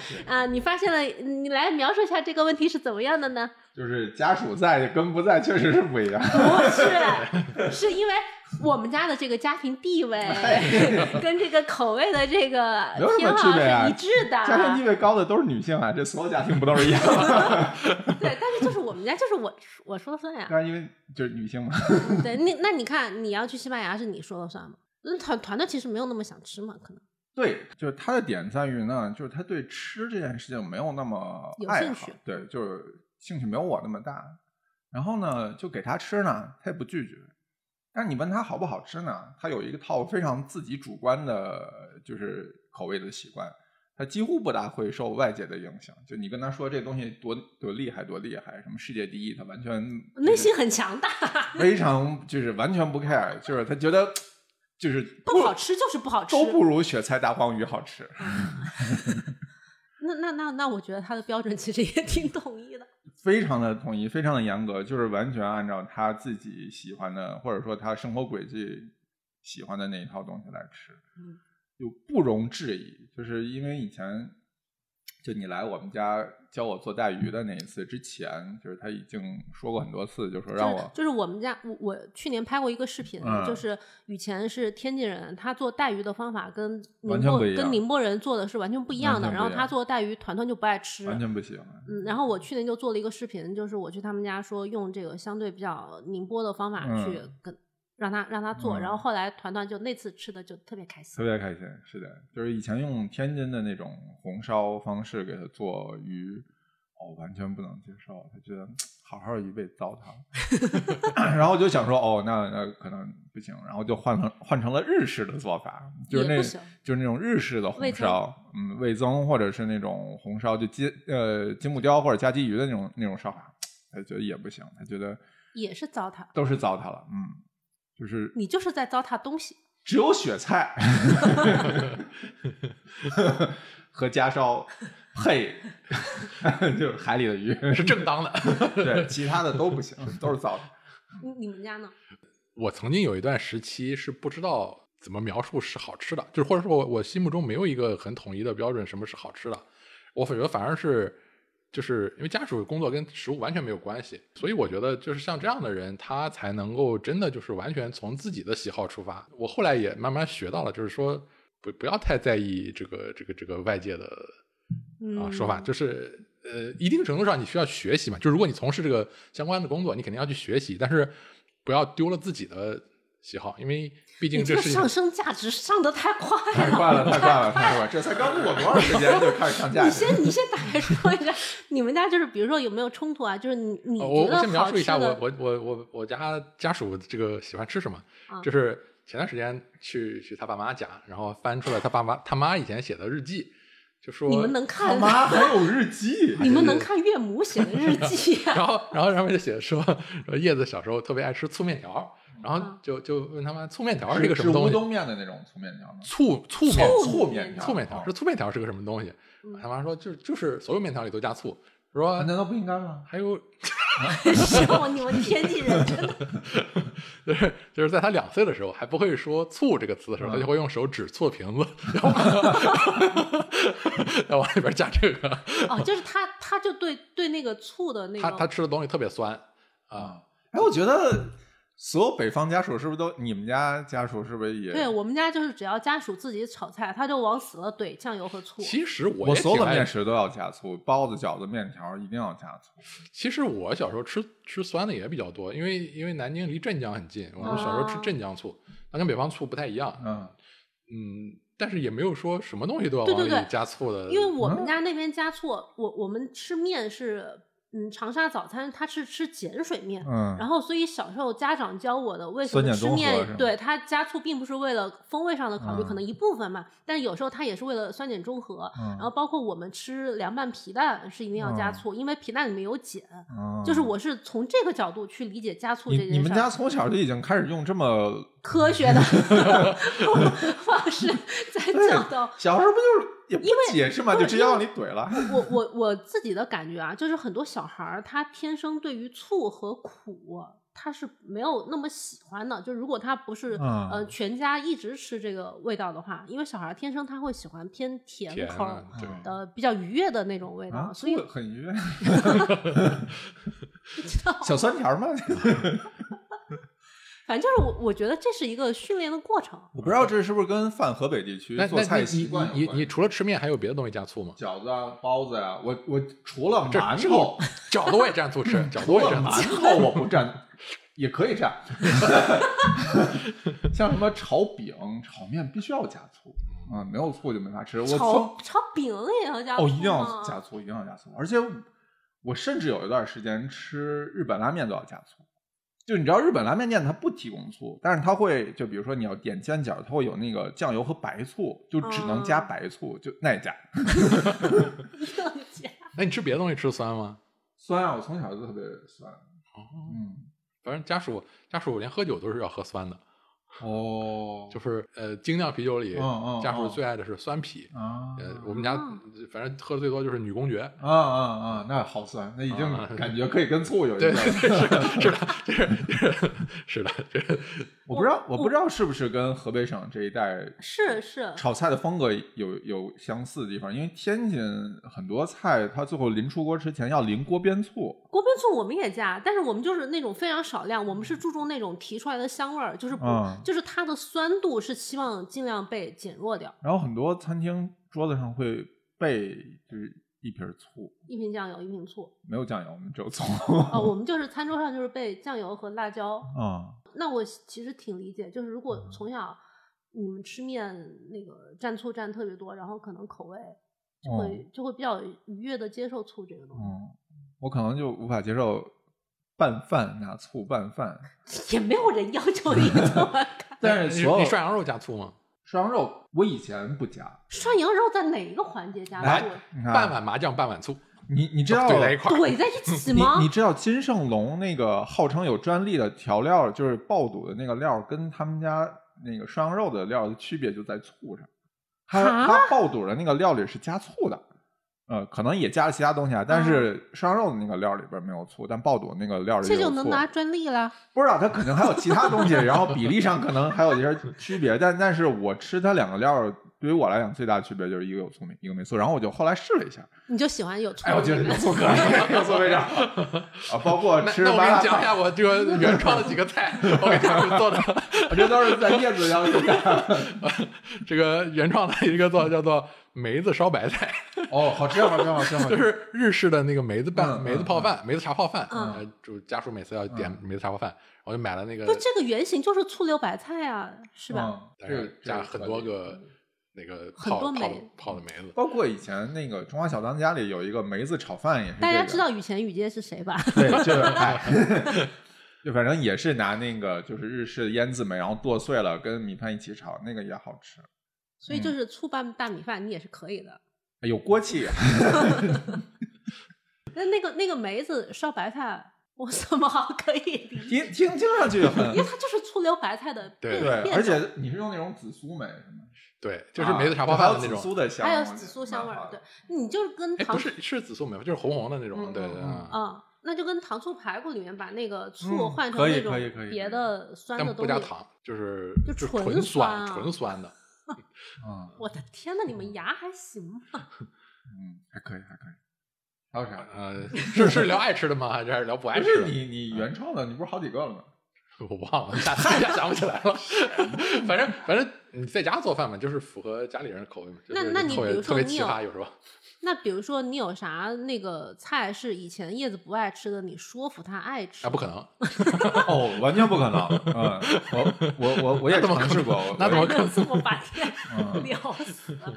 [SPEAKER 1] 对
[SPEAKER 2] 你发现了，你来描述一下这个问题是怎么样的呢？
[SPEAKER 1] 就是家属在跟不在确实是不一样。
[SPEAKER 2] 不是，是因为我们家的这个家庭地位跟这个口味的这个
[SPEAKER 1] 哎没有什么
[SPEAKER 2] 偏
[SPEAKER 1] 区
[SPEAKER 2] 好
[SPEAKER 1] 别啊
[SPEAKER 2] 是一致的。
[SPEAKER 1] 家庭地位高的都是女性啊，这所有家庭不都是一样吗？
[SPEAKER 2] 对，但是就是我们家就是我我说了算呀。
[SPEAKER 1] 但是因为就是女性嘛，
[SPEAKER 2] 对，那那你看你要去西班牙是你说了算吗？那团团队其实没有那么想吃嘛，可能
[SPEAKER 1] 对，就是他的点在于呢，就是他对吃这件事情没有那么
[SPEAKER 2] 有
[SPEAKER 1] 爱
[SPEAKER 2] 兴
[SPEAKER 1] 好
[SPEAKER 2] 趣，
[SPEAKER 1] 对，就是兴趣没有我那么大。然后呢，就给他吃呢，他也不拒绝。但是你问他好不好吃呢，他有一个套非常自己主观的，就是口味的习惯，他几乎不大会受外界的影响。就你跟他说这东西多多厉害多厉害，什么世界第一，他完全
[SPEAKER 2] 内心很强大，
[SPEAKER 1] 非常就是完全不 care，就是他觉得就是
[SPEAKER 2] 不好吃就是不好吃。
[SPEAKER 1] 都不如雪菜大黄鱼好吃。
[SPEAKER 2] 那那那那，我觉得他的标准其实也挺统一的。
[SPEAKER 1] 非常的统一，非常的严格，就是完全按照他自己喜欢的，或者说他生活轨迹喜欢的那一套东西来吃，
[SPEAKER 2] 嗯，
[SPEAKER 1] 就不容置疑。就是因为以前就你来我们家教我做带鱼的那一次之前，就是他已经说过很多次，就说让
[SPEAKER 2] 就是
[SPEAKER 1] 我
[SPEAKER 2] 就是我们家，我我去年拍过一个视频，
[SPEAKER 1] 嗯
[SPEAKER 2] 就是雨前是天津人，他做带鱼的方法跟
[SPEAKER 1] 完
[SPEAKER 2] 宁
[SPEAKER 1] 全
[SPEAKER 2] 波
[SPEAKER 1] 不一样
[SPEAKER 2] 跟宁波人做的是完全不一样的。
[SPEAKER 1] 完全不一
[SPEAKER 2] 然
[SPEAKER 1] 样
[SPEAKER 2] 后他做带鱼，团团就不爱吃。
[SPEAKER 1] 完全不喜欢。
[SPEAKER 2] 嗯，然后我去年就做了一个视频，就是我去他们家说用这个相对比较宁波的方法
[SPEAKER 1] 嗯
[SPEAKER 2] 去跟、让他让他做，
[SPEAKER 1] 嗯
[SPEAKER 2] 然后后来团团就那次吃的就特别开
[SPEAKER 1] 特
[SPEAKER 2] 心。
[SPEAKER 1] 别开心，是的，就是以前用天津的那种红烧方式给他做鱼，哦，完全不能接受，他觉得嘖好好的鱼被糟蹋了。 然后我就想说，哦，那那可能不行，然后就换成换成了日式的做法，就是
[SPEAKER 2] 也
[SPEAKER 1] 那
[SPEAKER 2] 不行
[SPEAKER 1] 就是那种日式的红
[SPEAKER 2] 味
[SPEAKER 1] 烧，嗯，味增或者是那种红烧就金呃金目雕或者夹鲫鱼的那种那种烧法，嘖他觉得也不行，他觉得
[SPEAKER 2] 也是糟蹋，
[SPEAKER 1] 都是糟蹋了，嗯，就是
[SPEAKER 2] 你就是在糟蹋东西。
[SPEAKER 1] 只有雪 菜和夹烧配， 就是海里的鱼，
[SPEAKER 3] 是正当的。
[SPEAKER 1] 对，其他的都不行，都是糟的。
[SPEAKER 2] 你你们家呢？
[SPEAKER 3] 我曾经有一段时期是不知道怎么描述是好吃的，就是或者说我我心目中没有一个很统一的标准，什么是好吃的。我反觉得反而是就是因为家属工作跟食物完全没有关系，所以我觉得就是像这样的人，他才能够真的就是完全从自己的喜好出发。我后来也慢慢学到了，就是说不不要太在意这个这个这个外界的
[SPEAKER 2] 嗯，
[SPEAKER 3] 啊说法，就是呃，一定程度上你需要学习嘛。就如果你从事这个相关的工作，你肯定要去学习，但是不要丢了自己的喜好，因为毕竟
[SPEAKER 2] 你这
[SPEAKER 3] 这
[SPEAKER 2] 个
[SPEAKER 3] 是一个
[SPEAKER 2] 上升价值上的太快了，
[SPEAKER 1] 太快了，太快了，太快 了！这才刚过多少时间就开始上价
[SPEAKER 2] 你
[SPEAKER 1] 值？
[SPEAKER 2] 先你先打开说一下，你们家就是比如说有没有冲突啊？就是你你
[SPEAKER 3] 呃我
[SPEAKER 2] 觉
[SPEAKER 3] 我
[SPEAKER 2] 得
[SPEAKER 3] 先描
[SPEAKER 2] 好
[SPEAKER 3] 述一
[SPEAKER 2] 吃
[SPEAKER 3] 下我
[SPEAKER 2] 的，
[SPEAKER 3] 我我我我家家属这个喜欢吃什么，
[SPEAKER 2] 啊
[SPEAKER 3] 就是前段时间去去他爸妈家，然后翻出了他爸妈他妈以前写的日记，就说
[SPEAKER 2] 你们能
[SPEAKER 1] 他
[SPEAKER 2] 看
[SPEAKER 1] 妈还有日记，
[SPEAKER 2] 你们能看岳母写的日记 啊？
[SPEAKER 3] 然后然后上面就写说说叶子小时候特别爱吃醋面条，然后
[SPEAKER 2] 啊
[SPEAKER 3] 就就问他妈醋面条是一个什么东
[SPEAKER 1] 乌
[SPEAKER 3] 西？
[SPEAKER 1] 冬面的那种醋面条吗？
[SPEAKER 3] 醋醋面
[SPEAKER 1] 醋面
[SPEAKER 2] 面
[SPEAKER 1] 条，
[SPEAKER 3] 醋面条，
[SPEAKER 1] 哦
[SPEAKER 3] 这醋面条是个什么东西啊
[SPEAKER 2] 嗯？
[SPEAKER 3] 他妈说就就是所有面条里都加醋，说
[SPEAKER 1] 啊难道不应该吗？
[SPEAKER 3] 还有
[SPEAKER 2] 笑你们天津人 真的
[SPEAKER 3] 就是就是在他两岁的时候还不会说“醋”这个词的时候，
[SPEAKER 1] 嗯
[SPEAKER 3] 他就会用手指醋瓶子，然后 然后往里边加这个。
[SPEAKER 2] 哦，就是他他就对对那个醋的那
[SPEAKER 3] 他他
[SPEAKER 2] 个，
[SPEAKER 3] 吃的东西特别酸啊，
[SPEAKER 1] 啊，哎，我觉得所有北方家属是不是都？你们家家属是不是也？
[SPEAKER 2] 对我们家就是只要家属自己炒菜，他就往死了怼酱油和醋。
[SPEAKER 3] 其实
[SPEAKER 1] 我
[SPEAKER 3] 我也
[SPEAKER 1] 所有
[SPEAKER 3] 挺
[SPEAKER 1] 的
[SPEAKER 3] 爱
[SPEAKER 1] 面。食都要加醋，包子、饺子、面条一定要加醋。
[SPEAKER 3] 其实我小时候吃吃酸的也比较多，因为因为南京离镇江很近，我们小时候吃
[SPEAKER 2] 哦
[SPEAKER 3] 镇江醋，它跟北方醋不太一样。
[SPEAKER 1] 嗯，
[SPEAKER 3] 嗯，但是也没有说什么东西都要
[SPEAKER 2] 对对
[SPEAKER 3] 往里
[SPEAKER 2] 对
[SPEAKER 3] 加醋的。
[SPEAKER 2] 因为我们家那边加醋，我我们吃面是嗯，长沙早餐它是吃碱水面，
[SPEAKER 1] 嗯，
[SPEAKER 2] 然后，所以小时候家长教我的为什
[SPEAKER 1] 酸
[SPEAKER 2] 么
[SPEAKER 1] 碱
[SPEAKER 2] 吃
[SPEAKER 1] 中和是
[SPEAKER 2] 面
[SPEAKER 1] 吗，
[SPEAKER 2] 对它加醋并不是为了风味上的考虑，
[SPEAKER 1] 嗯
[SPEAKER 2] 可能一部分嘛，但有时候它也是为了酸碱中和。
[SPEAKER 1] 然
[SPEAKER 2] 然后包括我们吃凉拌皮蛋是一定要加
[SPEAKER 1] 嗯
[SPEAKER 2] 醋，因为皮蛋里面有碱。就是我是从这个角度去理解加醋这
[SPEAKER 1] 你
[SPEAKER 2] 件事儿。
[SPEAKER 1] 你们家从小就已经开始用这 么，
[SPEAKER 2] 科学的 方式在教导
[SPEAKER 1] 小时候不就是也不解释嘛，就直接往里怼了。
[SPEAKER 2] 我我我自己的感觉啊，就是很多小孩儿他天生对于醋和苦他是没有那么喜欢的，就如果他不是、
[SPEAKER 1] 嗯
[SPEAKER 2] 呃全家一直吃这个味道的话，因为小孩儿天生他会喜欢偏甜
[SPEAKER 3] 甜
[SPEAKER 2] 口儿
[SPEAKER 3] 啊，对，
[SPEAKER 1] 嗯
[SPEAKER 2] 的比较愉悦的那种味道，
[SPEAKER 1] 啊，
[SPEAKER 2] 所以
[SPEAKER 1] 醋很 愉悦， 小酸甜 儿嘛。
[SPEAKER 2] 反正就是我我觉得这是一个训练的过程。
[SPEAKER 1] 我不知道这是不是跟泛河北地区
[SPEAKER 3] 那
[SPEAKER 1] 做
[SPEAKER 3] 那
[SPEAKER 1] 菜
[SPEAKER 3] 你
[SPEAKER 1] 习惯有
[SPEAKER 3] 你你
[SPEAKER 1] 关
[SPEAKER 3] 你除了吃面还有别的东西加醋吗？
[SPEAKER 1] 饺子啊、包子呀、我我除了
[SPEAKER 3] 这
[SPEAKER 1] 馒
[SPEAKER 3] 这
[SPEAKER 1] 头，
[SPEAKER 3] 饺子我也 蘸醋吃， 饺子
[SPEAKER 1] 除
[SPEAKER 3] 我也
[SPEAKER 1] 了
[SPEAKER 3] 蘸醋
[SPEAKER 1] 馒
[SPEAKER 3] 吃。
[SPEAKER 1] 头我不蘸，也可以蘸。 像什么炒饼、炒面必须要加醋啊、没有醋就没法吃。我从
[SPEAKER 2] 炒炒饼也要加醋
[SPEAKER 1] 哦，一定要
[SPEAKER 2] 吗
[SPEAKER 1] 加醋，一定要加醋。而且我甚至有一段时间吃日本拉面都要加醋，就你知道日本拉面店它不提供醋，但是它会就比如说你要点煎饺，它会有那个酱油和白醋，就只能加
[SPEAKER 2] 哦
[SPEAKER 1] 白醋，就那也加。
[SPEAKER 2] 一定要加。
[SPEAKER 3] 那你吃别的东西吃酸吗？
[SPEAKER 1] 酸啊，我从小就特别酸。
[SPEAKER 3] 哦，
[SPEAKER 1] 嗯，
[SPEAKER 3] 反正家属家属连喝酒都是要喝酸的，
[SPEAKER 1] 哦，
[SPEAKER 3] 就是呃精酿啤酒里
[SPEAKER 1] 嗯嗯
[SPEAKER 3] 家属
[SPEAKER 1] 嗯
[SPEAKER 3] 最爱的是酸啤。
[SPEAKER 1] 啊，
[SPEAKER 3] 呃，我们家
[SPEAKER 2] 啊
[SPEAKER 3] 反正喝的最多就是女公爵，
[SPEAKER 1] 啊啊啊，那好酸，那已
[SPEAKER 3] 啊
[SPEAKER 1] 经感觉可以跟醋有一
[SPEAKER 3] 对，
[SPEAKER 1] 段。
[SPEAKER 3] 是的，是的，这是是的，这是
[SPEAKER 1] 我不知道，我不知道是不是跟河北省这一带
[SPEAKER 2] 是是，
[SPEAKER 1] 炒菜的风格有有相似的地方，因为天津很多菜它最后临出锅之前要淋锅边醋，
[SPEAKER 2] 锅边醋我们也加，但是我们就是那种非常少量，我们是注重那种提出来的香味儿，就是不、
[SPEAKER 1] 嗯
[SPEAKER 2] 就是它的酸度是希望尽量被减弱掉。
[SPEAKER 1] 然后很多餐厅桌子上会备就是一瓶醋，
[SPEAKER 2] 一瓶酱油，一瓶醋
[SPEAKER 1] 没有酱油，我们只有醋。
[SPEAKER 2] 啊、我们就是餐桌上就是备酱油和辣椒。
[SPEAKER 1] 啊，
[SPEAKER 2] 那我其实挺理解，就是
[SPEAKER 1] 嗯
[SPEAKER 2] 如果从小你们吃面那个蘸醋蘸特别多，然后可能口味就会、就会比较愉悦的接受醋这个东西，
[SPEAKER 1] 嗯，我可能就无法接受拌饭拿醋拌饭，嗯
[SPEAKER 2] 也没有人要求你这么干。
[SPEAKER 1] 但是
[SPEAKER 3] 你
[SPEAKER 1] 所
[SPEAKER 3] 你
[SPEAKER 1] 有
[SPEAKER 3] 涮羊肉加醋吗？
[SPEAKER 1] 涮羊肉我以前不加，
[SPEAKER 2] 涮羊肉在哪一个环节加
[SPEAKER 3] 来
[SPEAKER 2] 醋？
[SPEAKER 1] 你看
[SPEAKER 3] 半碗麻酱，半碗醋，
[SPEAKER 1] 你你知道
[SPEAKER 3] 哦怼在一块儿。
[SPEAKER 2] 怼在一起
[SPEAKER 1] 你
[SPEAKER 2] 吗？
[SPEAKER 1] 你知道金盛隆那个号称有专利的调料，就是爆肚的那个料，跟他们家那个涮羊肉的料的区别就在醋上。它
[SPEAKER 2] 啊
[SPEAKER 1] 它爆肚的那个料里是加醋的，呃，可能也加了其他东西啊，但是涮羊肉的那个料里边没有醋，但爆肚那个料里
[SPEAKER 2] 这
[SPEAKER 1] 有
[SPEAKER 2] 就
[SPEAKER 1] 醋
[SPEAKER 2] 能拿专利了。
[SPEAKER 1] 不知道它可能还有其他东西，然后比例上可能还有一些区别，但但是我吃它两个料儿，对于我来讲最大的区别就是一个有醋，一个没醋。然后我就后来试了一下，
[SPEAKER 2] 你就喜欢有醋
[SPEAKER 1] 哎，我觉得有醋可 以，有醋非常好啊，包括
[SPEAKER 3] 那
[SPEAKER 1] 吃
[SPEAKER 3] 那我
[SPEAKER 1] 麻
[SPEAKER 3] 给
[SPEAKER 1] 辣
[SPEAKER 3] 你讲
[SPEAKER 1] 烫，
[SPEAKER 3] 一下我这个原创的几个菜，我给家属做的。
[SPEAKER 1] 我这都是在叶子 上干。
[SPEAKER 3] 这个原创的一个做叫做梅子烧白菜，
[SPEAKER 1] 哦，好吃，好吃，好吃，好吃。
[SPEAKER 3] 就是日式的那个梅子拌、
[SPEAKER 1] 嗯嗯嗯
[SPEAKER 3] 梅子泡饭、梅子茶泡饭。
[SPEAKER 2] 嗯
[SPEAKER 3] 呃，就家属每次要点梅子茶泡饭，我就买了那个
[SPEAKER 2] 不，，这个原型就是醋溜白菜啊，是吧？
[SPEAKER 1] 嗯，
[SPEAKER 3] 大
[SPEAKER 1] 这
[SPEAKER 3] 概
[SPEAKER 1] 个
[SPEAKER 3] 加很多，个那个泡
[SPEAKER 2] 很多
[SPEAKER 3] 泡的
[SPEAKER 2] 梅
[SPEAKER 3] 泡的梅子。
[SPEAKER 1] 包括以前那个《中华小当家》里有一个梅子炒饭，也是
[SPEAKER 2] 大
[SPEAKER 1] 这
[SPEAKER 2] 家
[SPEAKER 1] 个
[SPEAKER 2] 知道雨前雨街是谁吧？
[SPEAKER 1] 对，这 个哎，就反正也是拿那个就是日式腌制梅，然后剁碎了跟米饭一起炒，那个也好吃，
[SPEAKER 2] 所
[SPEAKER 1] 嗯
[SPEAKER 2] 以就是醋拌大米饭，你也是可以的。
[SPEAKER 1] 哎有锅气。
[SPEAKER 2] 那那个那个梅子烧白菜，我 怎么好可以理解？
[SPEAKER 1] 听听听上去很
[SPEAKER 2] 因为它就是醋溜白菜的
[SPEAKER 3] 对
[SPEAKER 2] 变
[SPEAKER 1] 对，
[SPEAKER 2] 变
[SPEAKER 1] 而
[SPEAKER 2] 种，
[SPEAKER 1] 且你是用那种紫苏梅是吗？
[SPEAKER 3] 对，就是梅子茶泡
[SPEAKER 1] 啊
[SPEAKER 3] 饭的那
[SPEAKER 1] 还有紫
[SPEAKER 3] 种。
[SPEAKER 1] 苏的香，
[SPEAKER 2] 还有紫苏香味儿。对，你就跟
[SPEAKER 3] 哎，不
[SPEAKER 2] 糖
[SPEAKER 3] 是是紫苏梅吗，就是红红的那
[SPEAKER 1] 嗯
[SPEAKER 3] 种。对对
[SPEAKER 1] 嗯
[SPEAKER 3] 啊，
[SPEAKER 2] 啊。那就跟糖醋排骨里面把那个醋
[SPEAKER 1] 嗯
[SPEAKER 2] 换成
[SPEAKER 1] 可以
[SPEAKER 2] 那种
[SPEAKER 1] 可以可以
[SPEAKER 2] 别的酸
[SPEAKER 3] 但
[SPEAKER 2] 的
[SPEAKER 3] 不
[SPEAKER 2] 东
[SPEAKER 3] 加
[SPEAKER 2] 西，
[SPEAKER 3] 糖，就是
[SPEAKER 2] 就
[SPEAKER 3] 就
[SPEAKER 2] 纯酸
[SPEAKER 3] 纯酸
[SPEAKER 2] 啊
[SPEAKER 3] 纯酸的。
[SPEAKER 1] 嗯
[SPEAKER 2] 我的天呐，你们牙还行吗？
[SPEAKER 1] 嗯，还可以，还可以。还有啥？
[SPEAKER 3] 呃，是是聊爱吃的吗？还是还是聊不爱
[SPEAKER 1] 不
[SPEAKER 3] 吃
[SPEAKER 1] 是
[SPEAKER 3] 的？
[SPEAKER 1] 你你原创的，你不是好几个了 吗？
[SPEAKER 3] 我忘了，一下一下想不起来了。反正反正你在家做饭嘛，就是符合家里人的口味嘛。
[SPEAKER 2] 那
[SPEAKER 3] 就是
[SPEAKER 2] 那你
[SPEAKER 3] 特别
[SPEAKER 2] 比如说
[SPEAKER 3] 特别
[SPEAKER 2] 你
[SPEAKER 3] 奇
[SPEAKER 2] 有
[SPEAKER 3] 葩，有时候
[SPEAKER 2] 那比如说，你有啥那个菜是以前叶子不爱吃的，你说服他爱吃？
[SPEAKER 3] 啊那不可能，
[SPEAKER 1] 哦，完全不可能。嗯，我我我我也
[SPEAKER 3] 那怎么
[SPEAKER 1] 尝
[SPEAKER 3] 可
[SPEAKER 1] 试
[SPEAKER 3] 能
[SPEAKER 1] 过，我
[SPEAKER 3] 那怎么可
[SPEAKER 2] 这么把天
[SPEAKER 1] 嗯
[SPEAKER 2] 聊死了？